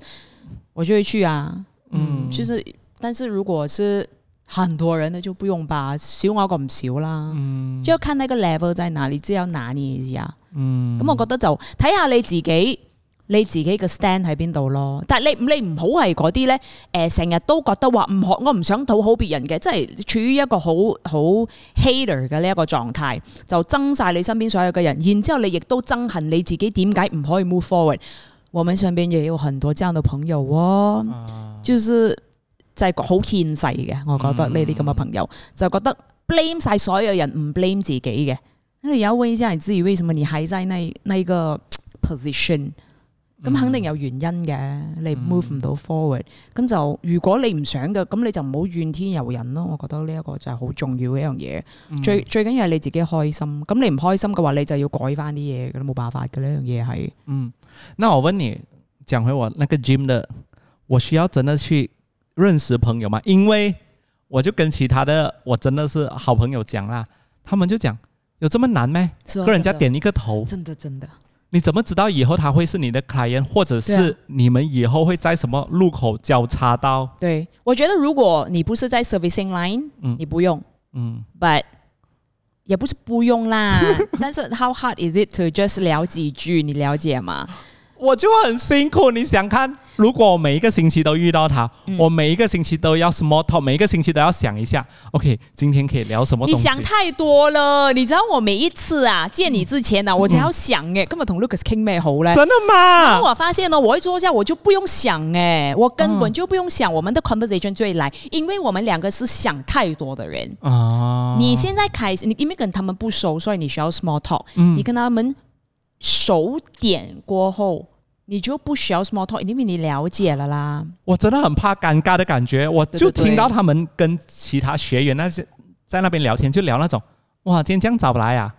S2: 我就会去啊。
S1: 嗯，
S2: 就是，但是如果是很多人的就不用吧，少我一個唔少啦。
S1: 嗯
S2: 就要看那個 level 在哪裡，只有拿捏一下。
S1: 嗯
S2: 咁、我覺得就睇下你自己，你自己嘅 stand 喺邊度咯。但係你你唔好係嗰啲咧，诶、成日都覺得話唔學，我唔想討好別人嘅，即係處於一個好好 hater 嘅呢一個狀態，就憎晒你身邊所有嘅人，然之後你亦都憎恨你自己點解唔可以 move forward。我們身邊也有很多這樣的朋友哦，就是就係好獻世嘅，我覺得呢啲咁嘅朋友、就覺得 blame 晒所有人，唔 blame 自己嘅。那你要問一下你自己，為什麼你還在那那一個 position？咁肯定有原因嘅，你 move 唔到 forward。咁就如果你唔想嘅，咁你就唔好怨天尤人咯。我覺得呢一個就係好重要嘅一樣嘢。最最緊要係你自己開心。咁你唔開心嘅話，你就要改翻啲嘢嘅啦，冇辦法嘅呢樣嘢係。
S1: 嗯，那我问你，讲回我那个 gym 的，我需要真的去认识朋友吗？因为我就跟其他的我真的是好朋友讲啦，他们就讲有这么难咩？
S2: 是
S1: 跟人家点一个头，
S2: 真的真的
S1: 你怎么知道以后他会是你的 client，或者
S2: 对
S1: 是你们以后会在什么路口交叉到？
S2: 对，我覺得如果你不是在 servicing line，、
S1: 嗯
S2: 你不用
S1: 嗯
S2: ，but 也不是不用啦。 但是 how hard is it to just 聊幾句？你了解嗎？
S1: 我就很辛苦，你想看？如果我每一个星期都遇到他，
S2: 嗯
S1: 我每一个星期都要 small talk，每一个星期都要想一下，OK，今天可以聊什么
S2: 你
S1: 东西？
S2: 想太多了，你知道我每一次啊见你之前啊，我只要想
S1: 嗯
S2: 嘅，今日同 Lucas 傾咩好咧？
S1: 真的吗？
S2: 我发现呢，我一坐下我就不用想哎，我根
S1: 嗯
S2: 本就不用想我们的 conversation 最来，因为我们两个是想太多的人。
S1: 啊，
S2: 你现在开始，你因为跟他们不熟，所以你需要 small talk、
S1: 嗯
S2: 你跟他们熟点过后，你就不需要 small talk，因为你了解了啦。
S1: 我真的很怕尴尬的感觉，我就
S2: 对对对
S1: 听到他们跟其他学员那些在那边聊天，就聊那种哇，今天这样早来啊，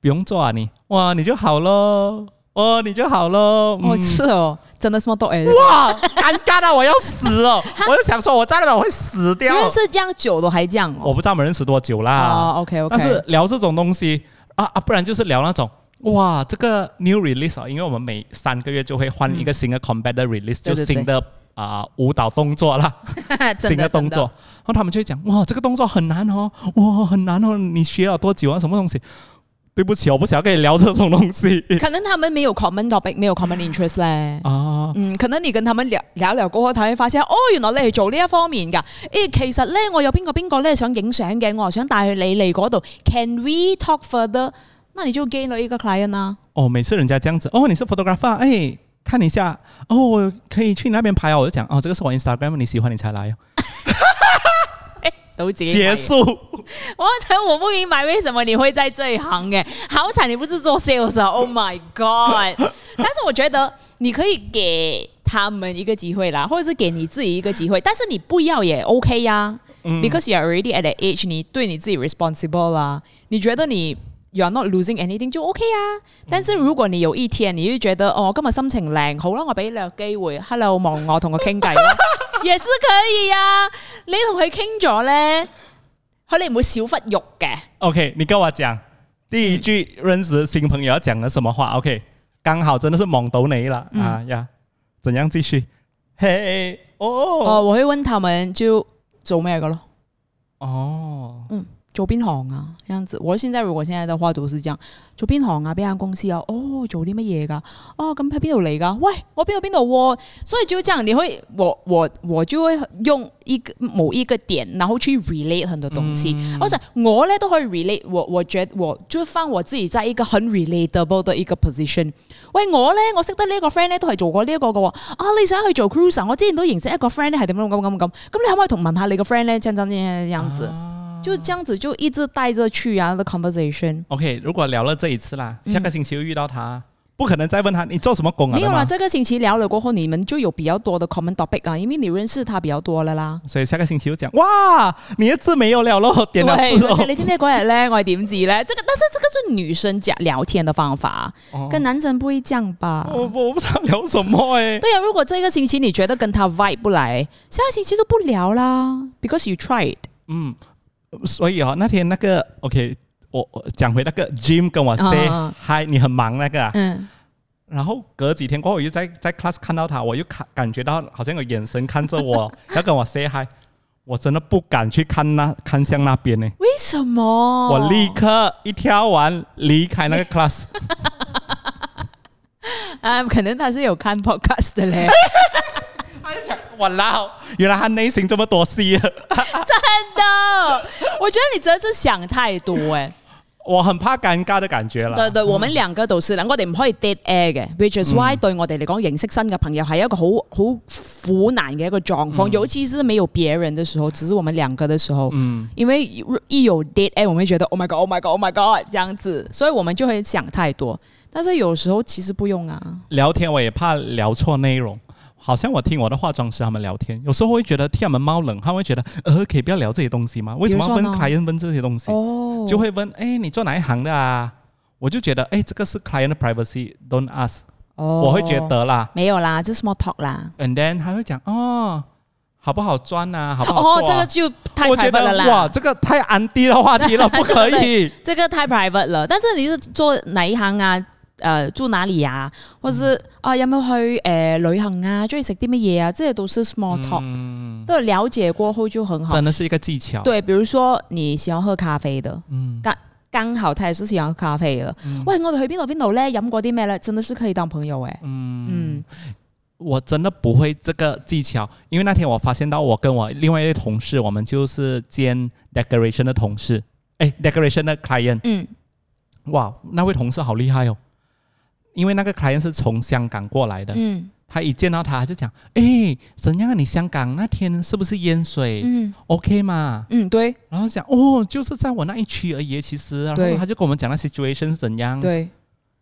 S1: 不用做啊你，哇你就好咯，哦你就好咯，嗯
S2: 哦，是哦，真的 small talk 哎。
S1: 哇尴尬到我要死哦，我就想说我在那边我会死掉，
S2: 认识这样久了还这样
S1: 我
S2: 哦。
S1: 不知道我们认识多久啦，
S2: 哦，OK OK。
S1: 但是聊这种东西啊啊，不然就是聊那种。哇，这个 new release 啊，因为我们每三个月就会换一个新的 combat 的 release，、
S2: 嗯
S1: 就
S2: 对对对
S1: 新的啊、舞蹈动作啦，
S2: 真
S1: 新的动作，，然后他们就会讲哇，这个动作很难哦，哇很难哦，你学了多久啊？什么东西？对不起，我不想要跟你聊这种东西
S2: 真的可能他们没有 common topic，没有 common interest 咧。
S1: 啊。
S2: 嗯，可能你跟他們聊聊聊過後，睇發現哦，原來你係做呢一方面㗎。誒，其實咧，我有邊個邊個咧想影相嘅，我又想帶去你嚟嗰度。Can we talk further？那你就 gain 了一個 client 啊啦。
S1: 哦，每次人家这样子，哦，你是 photographer，哎，看一下，哦，我可以去你那边拍哦。我就讲，哦，这个是我 Instagram，你喜欢你才来哦。
S2: 都自己
S1: 结束。
S2: 我才我不明白为什么你会在这一行诶，好惨你不是做 sales 啊！Oh my god！但是我觉得你可以给他们一个机会啦，或者是给你自己一个机会，但是你不要也 OK 呀、Because you are already at the age，你对你自己 responsible 啦，你觉得你 you are not losing anything 就 OK 啊。但是如果你有一天你就覺得哦，我今日心情靚，好啦，我俾你個機會，hello 望我同佢傾偈啦，也是可以啊。你同佢傾咗咧，佢哋唔會少忽肉嘅。
S1: OK，你跟我讲，第一句认识新朋友要讲的什么话？OK，刚好真的是懵懂你了、
S2: 嗯
S1: 啊呀，怎样继续？嘿，
S2: 哦，
S1: 哦，
S2: 我會問他們就做咩嘅咯，
S1: 哦。
S2: 做邊行啊？這樣子，我現在如果現在的話都是這樣，做邊行啊？邊間公司啊？哦，做啲乜嘢㗎？哦，咁喺邊度嚟㗎？喂，我邊度邊度喎？所以就這樣，你會我我我就會用一個某一個點，然後去 relate 很多東西。我想我咧都可以 relate，我我覺得我就放我自己在一個很 relatable 的一個 position。喂，我咧我識得呢個 friend 咧都係做過呢一個嘅喎。啊，你想去做 cruiser？我之前都認識一個 friend 咧係點樣咁咁咁咁。咁你可唔可以同問下你個 friend 咧？真真真這樣子，就這樣子就一直帶着去啊 the conversation。
S1: OK，如果聊了这一次啦，下个星期又遇到他，不可能再问他你做什么工啊
S2: 嗯没有
S1: 的嘛
S2: 啦，这个星期聊了過後，你們就有比較多的 common topic 啊，因為你認識他比較多了啦。
S1: 所以下个星期又讲哇，你的字没有了咯，点了
S2: 对，
S1: 字
S2: 而且你
S1: 哦。
S2: 知唔知嗰日咧，我係點字咧？这個，但是這個是女生講聊天的方法，
S1: 哦
S2: 跟男生不一樣吧？
S1: 我我不知道聊什么哎、
S2: 对呀、啊如果這個星期你覺得跟他 vibe 不來，下個星期就不聊啦，because you tried。
S1: 嗯，所以哦，那天那个 OK，我我讲回那个 Jim 跟我 say
S2: 嗯
S1: hi，、你很忙那个、啊，
S2: 嗯，
S1: 然后隔几天过后，我又在在 class 看到他，我又看感觉到好像有眼神看着我， 要跟我 say hi，我真的不敢去看那看向那边呢，
S2: 为什么？
S1: 我立刻一跳完离开那个 class，
S2: 啊，可能他是有看 podcast 的嘞，
S1: 他就讲我lao，原来他内心这么多戏，
S2: 真的。我觉得你真的是想太多欸诶。
S1: 我很怕尴尬的感觉了。
S5: 對對，我們兩個都是啦，我哋唔可以 dead air 嘅，which is
S1: 嗯
S5: why 對我哋嚟講認識新嘅朋友係一個好好苦難嘅一個狀
S1: 嗯
S5: 況，尤其是沒有別人的時候，只是我們兩個的時候，嗯，因為一有 dead air，我們會覺得 oh my god，oh my god，oh my god 這樣子，所以我們就會想太多。但是有時候其實不用啊，
S1: 聊天我也怕聊错内容。好像我听我的化妆师他们聊天，有时候会觉得替他们冒冷汗，会觉得呃，可以不要聊这些东西吗？为什么要
S5: 比
S1: 问
S5: 如说呢
S1: client 问这些东西？
S5: 哦
S1: 就會問，哎，你做哪一行的啊？我就覺得，哎，這個是 client 的 privacy，don't ask，、我會覺得啦。
S5: 沒哦有啦，這是 small talk 啦。
S1: And then 他會講，哦，好不好賺啊？好不好
S2: 哦，
S1: 做、
S2: 这
S1: 啊？
S2: 个就太
S1: 我覺
S2: private 了
S1: 得哇，
S2: 啦，
S1: 這個太安迪的話 題了，不可以。
S2: 这个太 private 了。但是你是做哪一行啊？诶、住哪里啊？或
S1: 嗯
S2: 者是啊，有冇去诶、呃旅行啊？中意食啲乜嘢啊？这些都是 small talk，、
S1: 嗯，
S2: 都了解过后就很好。
S1: 真的是一個技巧。，
S2: 对，比如说你喜欢喝咖啡的，
S1: 嗯，
S2: 刚好他也是喜欢喝咖啡的。喂，我哋去边度边度咧？饮过啲咩咧？真的是可以当朋友诶、嗯
S1: 我真的不会這個技巧，因為那天我發現到我跟我另外一位同事，我們就是兼 decoration 的同事，哎，decoration 的 client，
S2: 嗯
S1: 哇，那位同事好厲害哦，因為那個 client 是從香港過來的。
S2: 嗯
S1: 他一见到他就讲：“哎，怎样啊？你香港那天是不是淹水、
S2: 嗯
S1: o k 嘛
S2: 嗯，对？”
S1: 然后讲：“哦，就是在我那一区而已，其实。”然
S2: 对
S1: 后他就跟我们讲那 situation 是怎样。，
S2: 对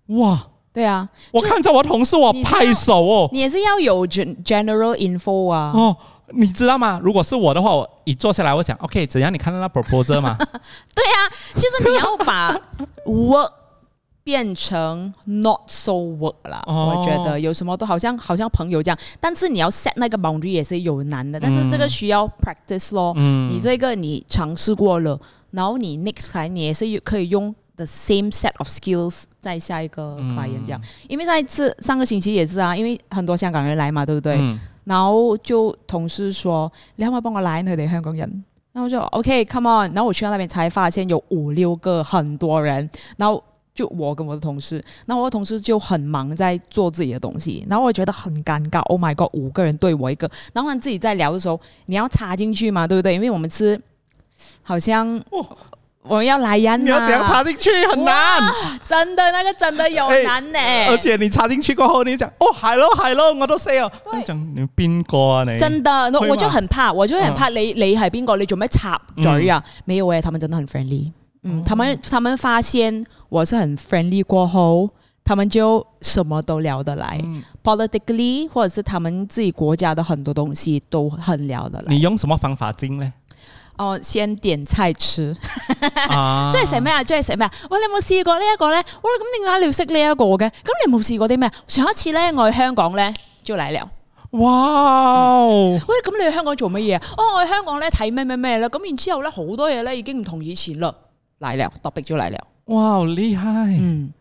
S1: 哇！
S2: 对啊，
S1: 我看着我同事，我
S2: 你知道
S1: 拍手哦
S2: 你也是要有 gen- general info 啊。
S1: 哦，你知道吗？如果是我的话，我一坐下来，我想：“OK，怎样？你看到那 proposal 嘛？
S2: 对啊，就是你要把 work 变成 not so work 啦。
S1: 哦
S2: 我觉得有什么都好像好像朋友这样，但是你要 set 那个 boundary 也是有难的，但是这个需要 practice 咯。你这个你尝试过了，然后你 next time 你也是可以用 the same set of skills 在下一个 client 这样。因为上一次上个星期也是啊，因为很多香港人来嘛，对不对？
S1: 嗯
S2: 然后就同事说：“你可唔可以帮我拉佢哋香港人？”然后我就 OK，come、on。然后我去到那边才发现有五六个很多人，然后就我跟我的同事，然后我的同事就很忙在做自己的东西，然后我觉得很尴尬。Oh my god，五个人对我一个，然后他们自己在聊的时候，你要插进去嘛，对不对？因为我们是好像
S1: 哇
S2: 我们要来人、啊，
S1: 你要怎样插进去很难，
S2: 真的那个真的有
S1: 哎
S2: 难呢、
S1: 而且你插进去过后，你讲：“哦，hello，hello，我都 say 哦。”我讲你们边个啊你？
S2: 真的，那
S1: 会
S2: 我就
S1: 吗嗯
S2: 很怕，我就很怕你你係邊個？你做咩插嘴啊？没有诶、他们真的很 friendly。嗯，
S1: 哦
S2: 他们他们发现我是很 friendly 过后，他们就什么都聊得来、p
S1: 嗯
S2: o l i t i c a l l y 或者是他们自己国家的很多东西都很聊得来
S1: 你。用什么方法进呢？
S2: 哦，先點菜吃，
S1: 啊
S2: 中意食咩啊？中意食咩啊？喂，你有冇試過呢一個咧？哇，咁點解你要識呢一個嘅？咁你有冇試過啲咩？上一次咧，我去香港咧，就嚟聊。
S1: 哇哦！
S2: 喂，咁你去香港做乜嘢啊？哦，我去香港咧睇咩咩咩啦，咁然之後咧好多嘢咧已經唔同以前啦，嚟了，topic 就嚟了，
S1: 哇，好厉害！
S2: 嗯，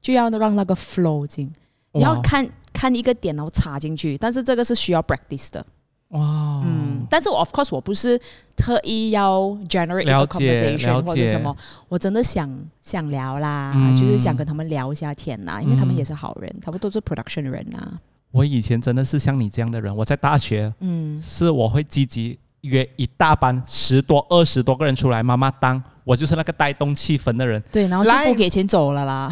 S2: 就要讓那個 flow 進，你要
S1: 哇
S2: 看看一個點，然後插進去，但是這個是需要 practice 的，
S1: 哇，
S2: 嗯，但是我 of course 我不是特意要 generate 一個
S1: 了解
S2: conversation
S1: 了
S2: 或者
S1: 解
S2: 什麼，我真的想想聊啦，
S1: 嗯
S2: 就是想跟他們聊一下天啦，因為他們
S1: 嗯
S2: 也是好人，他們都是 production 人啊，
S1: 我以前真的是像你这样的人。我在大学
S2: 嗯，，
S1: 是我会积极约一大班十多、二十多个人出来妈妈当，我就是那个带动气氛的人
S2: 對，然後就
S1: 來
S2: 不給錢走了啦，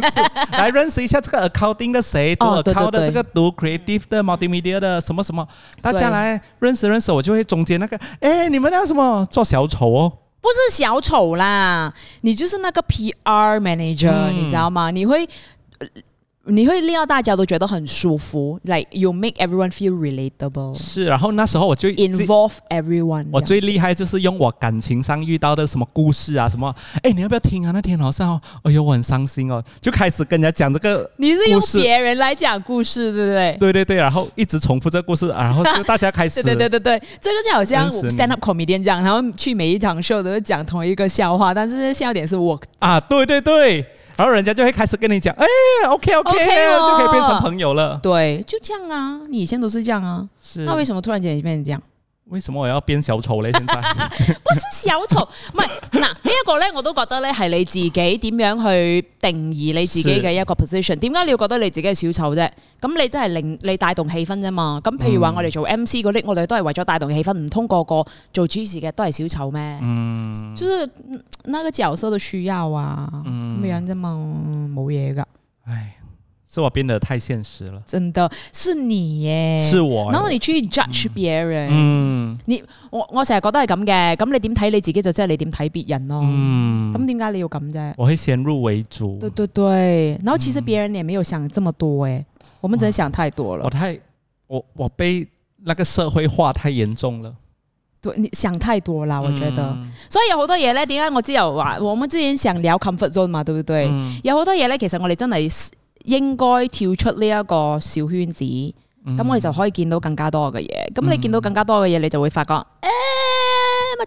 S1: 来认识一下这个 accounting 的谁，读
S2: 哦对
S1: account
S2: 对
S1: 的
S2: 对
S1: 这个读 creative 的 multimedia 的什么什么，大家来认识认识。我就会中间那个，哎，你们那什么做小丑哦，
S2: 不是小丑啦，你就是那个 PR manager，、
S1: 嗯
S2: 你知道吗？你会呃你会令到大家都觉得很舒服，like you make everyone feel relatable。
S1: 是，然后那时候我最最
S2: Involve everyone，
S1: 我
S2: 这样
S1: 最厉害就是用我感情上遇到的什么故事啊，什么，哎，你要不要听啊？那天好像哦，哎呦，我很伤心哦，就开始跟人家讲这 个，
S2: 你是用
S1: 故事
S2: 别人来讲故事，对不对？
S1: 对对对，然后一直重复这个故事，然后就大家开始，
S2: 对对对对对，这个就好像
S1: 认识你
S2: stand up comedian 这样，然后去每一场秀都是讲同一个笑话，但是笑点是我
S1: 啊，对对对，然后人家就会开始跟你讲，哎，OK OK，,
S2: OK 哦
S1: 就可以变成朋友了。
S2: 对，就这样啊，你以前都是这样啊，
S1: 是，
S2: 那为什么突然间你变成这样？
S1: 为什么我要变小丑嘞？现在
S2: 不是小丑，唔係嗱呢一個咧，我都覺得咧係你自己點樣去定義你自己嘅一個 position。點解你要覺得你自己係小丑啫？咁你真係令你帶動氣氛啫嘛。咁譬
S1: 嗯
S2: 如話我哋做 MC 嗰啲，我哋都係為咗帶動氣氛，唔通個個做主持嘅都係小丑咩？嗯，就是嗯那個角色都需要啊，咁、
S1: 嗯
S2: 樣啫嘛，冇嘢噶，
S1: 是我变得太现实了，
S2: 真的是你耶，
S1: 是我。
S2: 哎
S1: 啊
S2: 然後你去 judge 別人。
S1: 嗯
S2: 你我我成日覺得係咁嘅，咁你點睇你自己就即係你點睇別人咯。
S1: 嗯，
S2: 咁點解你要咁啫？
S1: 我会先入为主
S2: 对，对对，然后其实
S1: 嗯
S2: 别人也没有想这么多哎、我们真的想太多
S1: 我
S2: 了。
S1: 太我我被那个社会化太严重了。
S2: 对，你想太多啦，啊我觉得。
S1: 嗯
S2: 所以有好多嘢咧，點解我之後話我們之前想聊 comfort zone 嘛，對不對？
S1: 嗯
S2: 有好多嘢咧，其實我哋真係應該跳出呢一個小圈子，咁、
S1: 嗯
S2: 我哋就可以見到更加多嘅嘢。咁你見到更加多嘅嘢，你就會發覺，誒、乜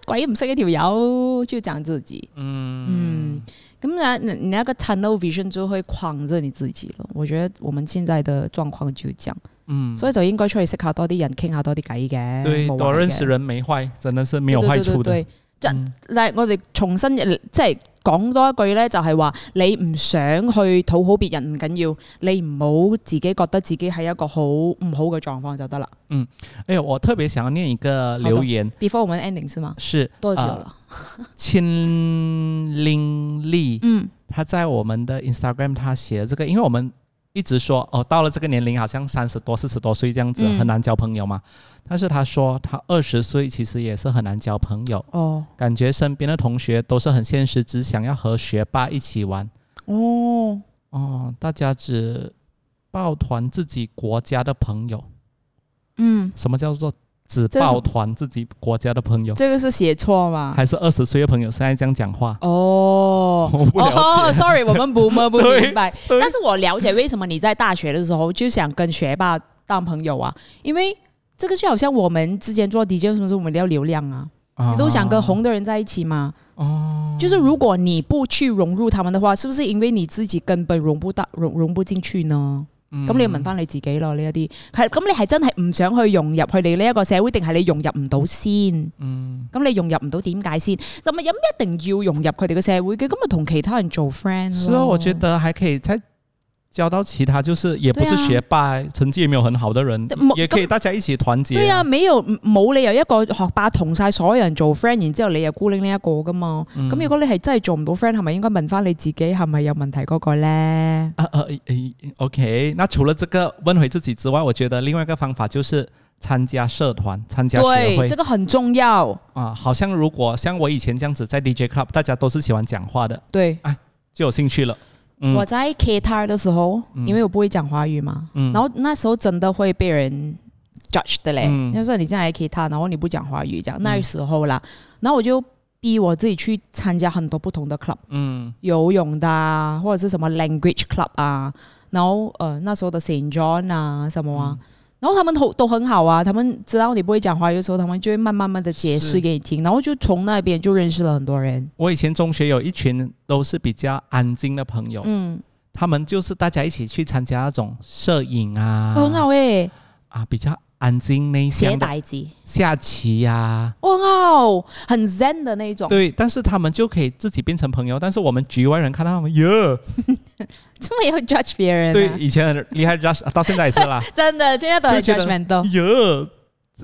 S2: 鬼都唔識呢條友，就講自己。嗯咁啊，你你那個 tunnel vision 就會框着你自己了。我覺得我們現在的狀況就這樣。
S1: 嗯，
S2: 所以就應該出去識下多啲人，傾下多啲偈嘅。
S1: 对，
S2: 冇
S1: 多
S2: 壞嘅
S1: 认识人没坏，真的是没有
S2: 對對
S1: 坏处的。
S2: 對對對
S1: 嗯
S2: 即係我哋重新即係講多一句咧，就係話你唔想去討好別人唔緊要，你唔好自己覺得自己係一個好唔好嘅狀況就得啦。
S1: 哎呦，我特别想要念一个留言，
S2: Before 我們 ending 是嗎？
S1: 是
S2: 多久
S1: 呃
S2: 了？
S1: 亲玲丽，
S2: 嗯，
S1: 她在我们的 Instagram 她写这个，因为我们一直说哦，到了这个年龄好像三十多、四十多岁这样子、
S2: 嗯
S1: 很难交朋友嘛，但是她说她二十岁其实也是很难交朋友，
S2: 哦
S1: 感觉身边的同学都是很现实，只想要和学霸一起玩。
S2: 哦，
S1: 哦，大家只抱团自己国家的朋友。
S2: 嗯，
S1: 什么叫做只
S2: 这是什
S1: 抱
S2: 么
S1: 团自己国家的朋友？
S2: 這個是寫錯嘛？
S1: 还是二十岁的朋友现在这样讲话？
S2: 哦，
S1: 我不了解
S2: 哦，sorry，我们不我们不
S1: 对
S2: 明白。
S1: 对
S2: 但是我了解为什么你在大学的时候就想跟学霸当朋友啊，因为这个就好像我们之前做 DJ 的时候，我们聊流量啊，
S1: 啊
S2: 你都想跟红的人在一起嘛。哦，就是如果你不去融入他们的话，是不是因为你自己根本融不到融融不进去呢？
S1: 嗯
S2: 咁、你要問翻你自己咯，呢一啲係咁你係真係唔想去融入佢哋呢一個社會，定係你融入唔到先？嗯，咁你融入唔到點解先？咁咪有一定要融入佢哋嘅社會嘅？咁咪同其他人做 friend 咯。
S1: 是哦，我觉得还可以再交到其他，就是也不
S2: 对啊
S1: 是学霸、成绩也没有很好的人
S2: 对啊某，
S1: 也可以大家一起团结、
S2: 對啊，沒有冇理由一個學霸同晒所有人做 friend，然之後你又孤零零一個噶嘛？
S1: 嗯
S2: 咁、如果你係真係做唔到 friend，係咪應該問翻你自己係咪有問題嗰個咧？
S1: 啊呃诶诶，OK。那除了这个问回自己之外，我觉得另外一个方法就是参加社团、参加学
S2: 對，
S1: 会
S2: 這個很重要。
S1: 啊。好像如果像我以前这样子在 DJ club，大家都是喜欢讲话的，
S2: 對。
S1: 就有兴趣了。嗯
S2: 我在 Qatar 的时候，
S1: 嗯
S2: 因为我不会讲华语嘛，
S1: 嗯
S2: 然后那时候真的会被人 judge 的嘞，
S1: 嗯
S2: 就是你进来 Qatar，然后你不讲华语这样，那时候啦，然后我就逼我自己去参加很多不同的 club，
S1: 嗯
S2: 游泳的、啊、或者是什么 language club 啊，然后呃那时候的 Saint John 啊什么
S1: 嗯
S2: 啊。然后他们都都很好啊，他们知道你不会讲华语的时候，他们就会慢慢慢的解
S1: 是
S2: 释给你听，然后就从那边就认识了很多人。
S1: 我以前中学有一群都是比较安静的朋友，
S2: 嗯，
S1: 他们就是大家一起去参加那种摄影啊，
S2: 很好诶、
S1: 啊，比较安静内
S2: 写
S1: 向的
S2: 大字。
S1: 下棋呀、
S2: 哇哦，很 zen 的那一种，
S1: 对，但是他们就可以自己变成朋友，但是我们局外人看到他们，哟、
S2: 这么也会 judge 别人、啊，
S1: 对，，以前很厉害，Josh 啊到现在也是 啦，
S2: 真的现在都很
S1: 就觉得
S2: judgmental。
S1: 哟、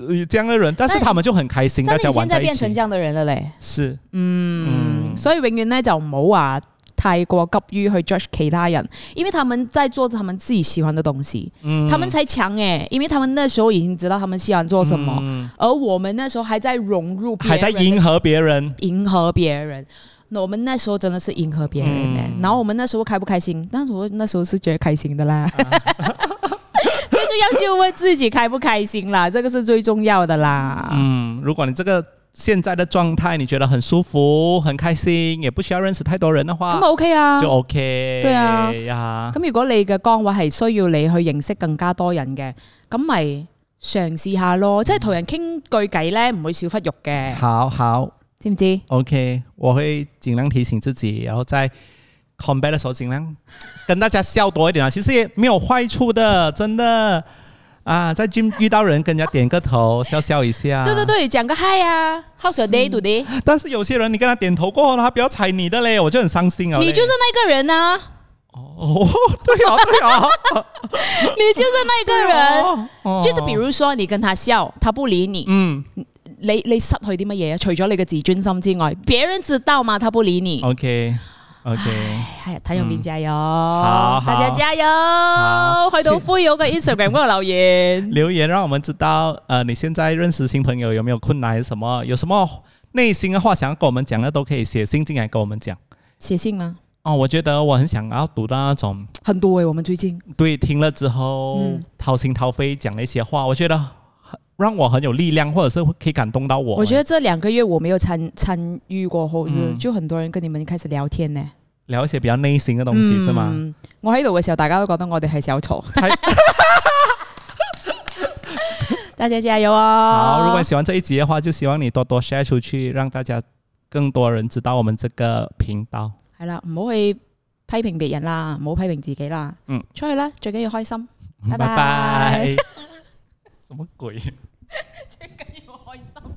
S1: 呃这样的人，但是他们就很开心，
S2: 真
S1: 大
S2: 係
S1: 家
S2: 你
S1: 玩
S2: 現
S1: 在
S2: 在
S1: 一
S2: 變成
S1: 起
S2: 這，樣嘅人啦，你
S1: 是，
S2: 嗯，
S1: 嗯
S2: 所以永遠咧就唔好話太過急於去 judge 其他人，因為他們在做他們自己喜歡的東西，
S1: 嗯
S2: 他們才強诶、因為他們那時候已經知道他們喜歡做什麼，
S1: 嗯
S2: 而我們那時候還在融入別人
S1: 还
S2: 的，
S1: 在迎合别人，
S2: 迎合別人。那我们那时候真的是迎合别人呢、
S1: 嗯
S2: 然后我们那时候开不开心？但是我那时候是觉得开心的啦。就是要去问自己开不开心啦，这个是最重要的啦。
S1: 嗯，如果你这个现在的状态你觉得很舒服、很开心，也不需要认识太多人的
S2: 咁
S1: 话
S2: 咪，OK 啊
S1: 就。OK。
S2: 對啊
S1: 呀，
S2: 咁如果你嘅崗位係需要你去認識更加多人嘅，咁咪嘗試下
S1: 嗯
S2: 咯。即係同人傾句偈咧，唔會少忽肉嘅，
S1: 好好
S2: 知唔知？
S1: OK，我会尽量提醒自己，然后在 combat 的时候尽量跟大家笑多一点啊，其实也没有坏处的，真的。啊，在 gym 遇到人跟人家点个头，笑笑一下。
S2: 對對對，講個 hi 啊，How's your day today？
S1: 但是有些人你跟他点头过后，他不要踩你的嘞，我就很伤心啊。
S2: 你就是那个人 啊，
S1: 哦， 对啊，对啊，
S2: 你就是那个 人。
S1: 哦
S2: 就是比，如說，你跟他笑，他不理你，
S1: 嗯
S2: 你你失去啲乜嘢？啊除咗你嘅自尊心之
S1: 嗯
S2: 外，別人知道嘛，他不理你。
S1: ，OK OK，
S2: 系啊，睇用邊加油，
S1: 嗯好
S2: 大家加油！
S1: 好
S2: 去到灰友嘅 Instagram 嗰度 留言。
S1: 留言让我们知道，呃，你现在认识新朋友有没有困难？什么有什么内心的话想要跟我们讲的，都可以写信进来跟我们讲。
S2: 写信吗？
S1: 哦，我觉得我很想要读到那种
S2: 很多诶、欸我们最近
S1: 对听了之后、
S2: 嗯
S1: 掏心掏肺讲的一些话，我觉得很让我很有力量，或者是可以感动到我。
S2: 我觉得这两个月我没有参参与过后，
S1: 嗯
S2: 就很多人跟你们开始聊天呢。
S1: 聊一些比较内心的东西、是吗？
S2: 嗯？我喺度嘅时候，大家都觉得我哋系小丑
S1: 係。
S2: 大家加油啊！
S1: 好，如果你喜欢这一集的话，就希望你多多 share 出去，让大家更多人知道我们这个频道。
S2: 系啦，唔好去批评别人啦，唔好批评自己啦。
S1: 嗯
S2: 出去啦，最紧要开心。拜
S1: 拜
S2: 拜
S1: 拜。什么鬼？
S2: 最紧要开心。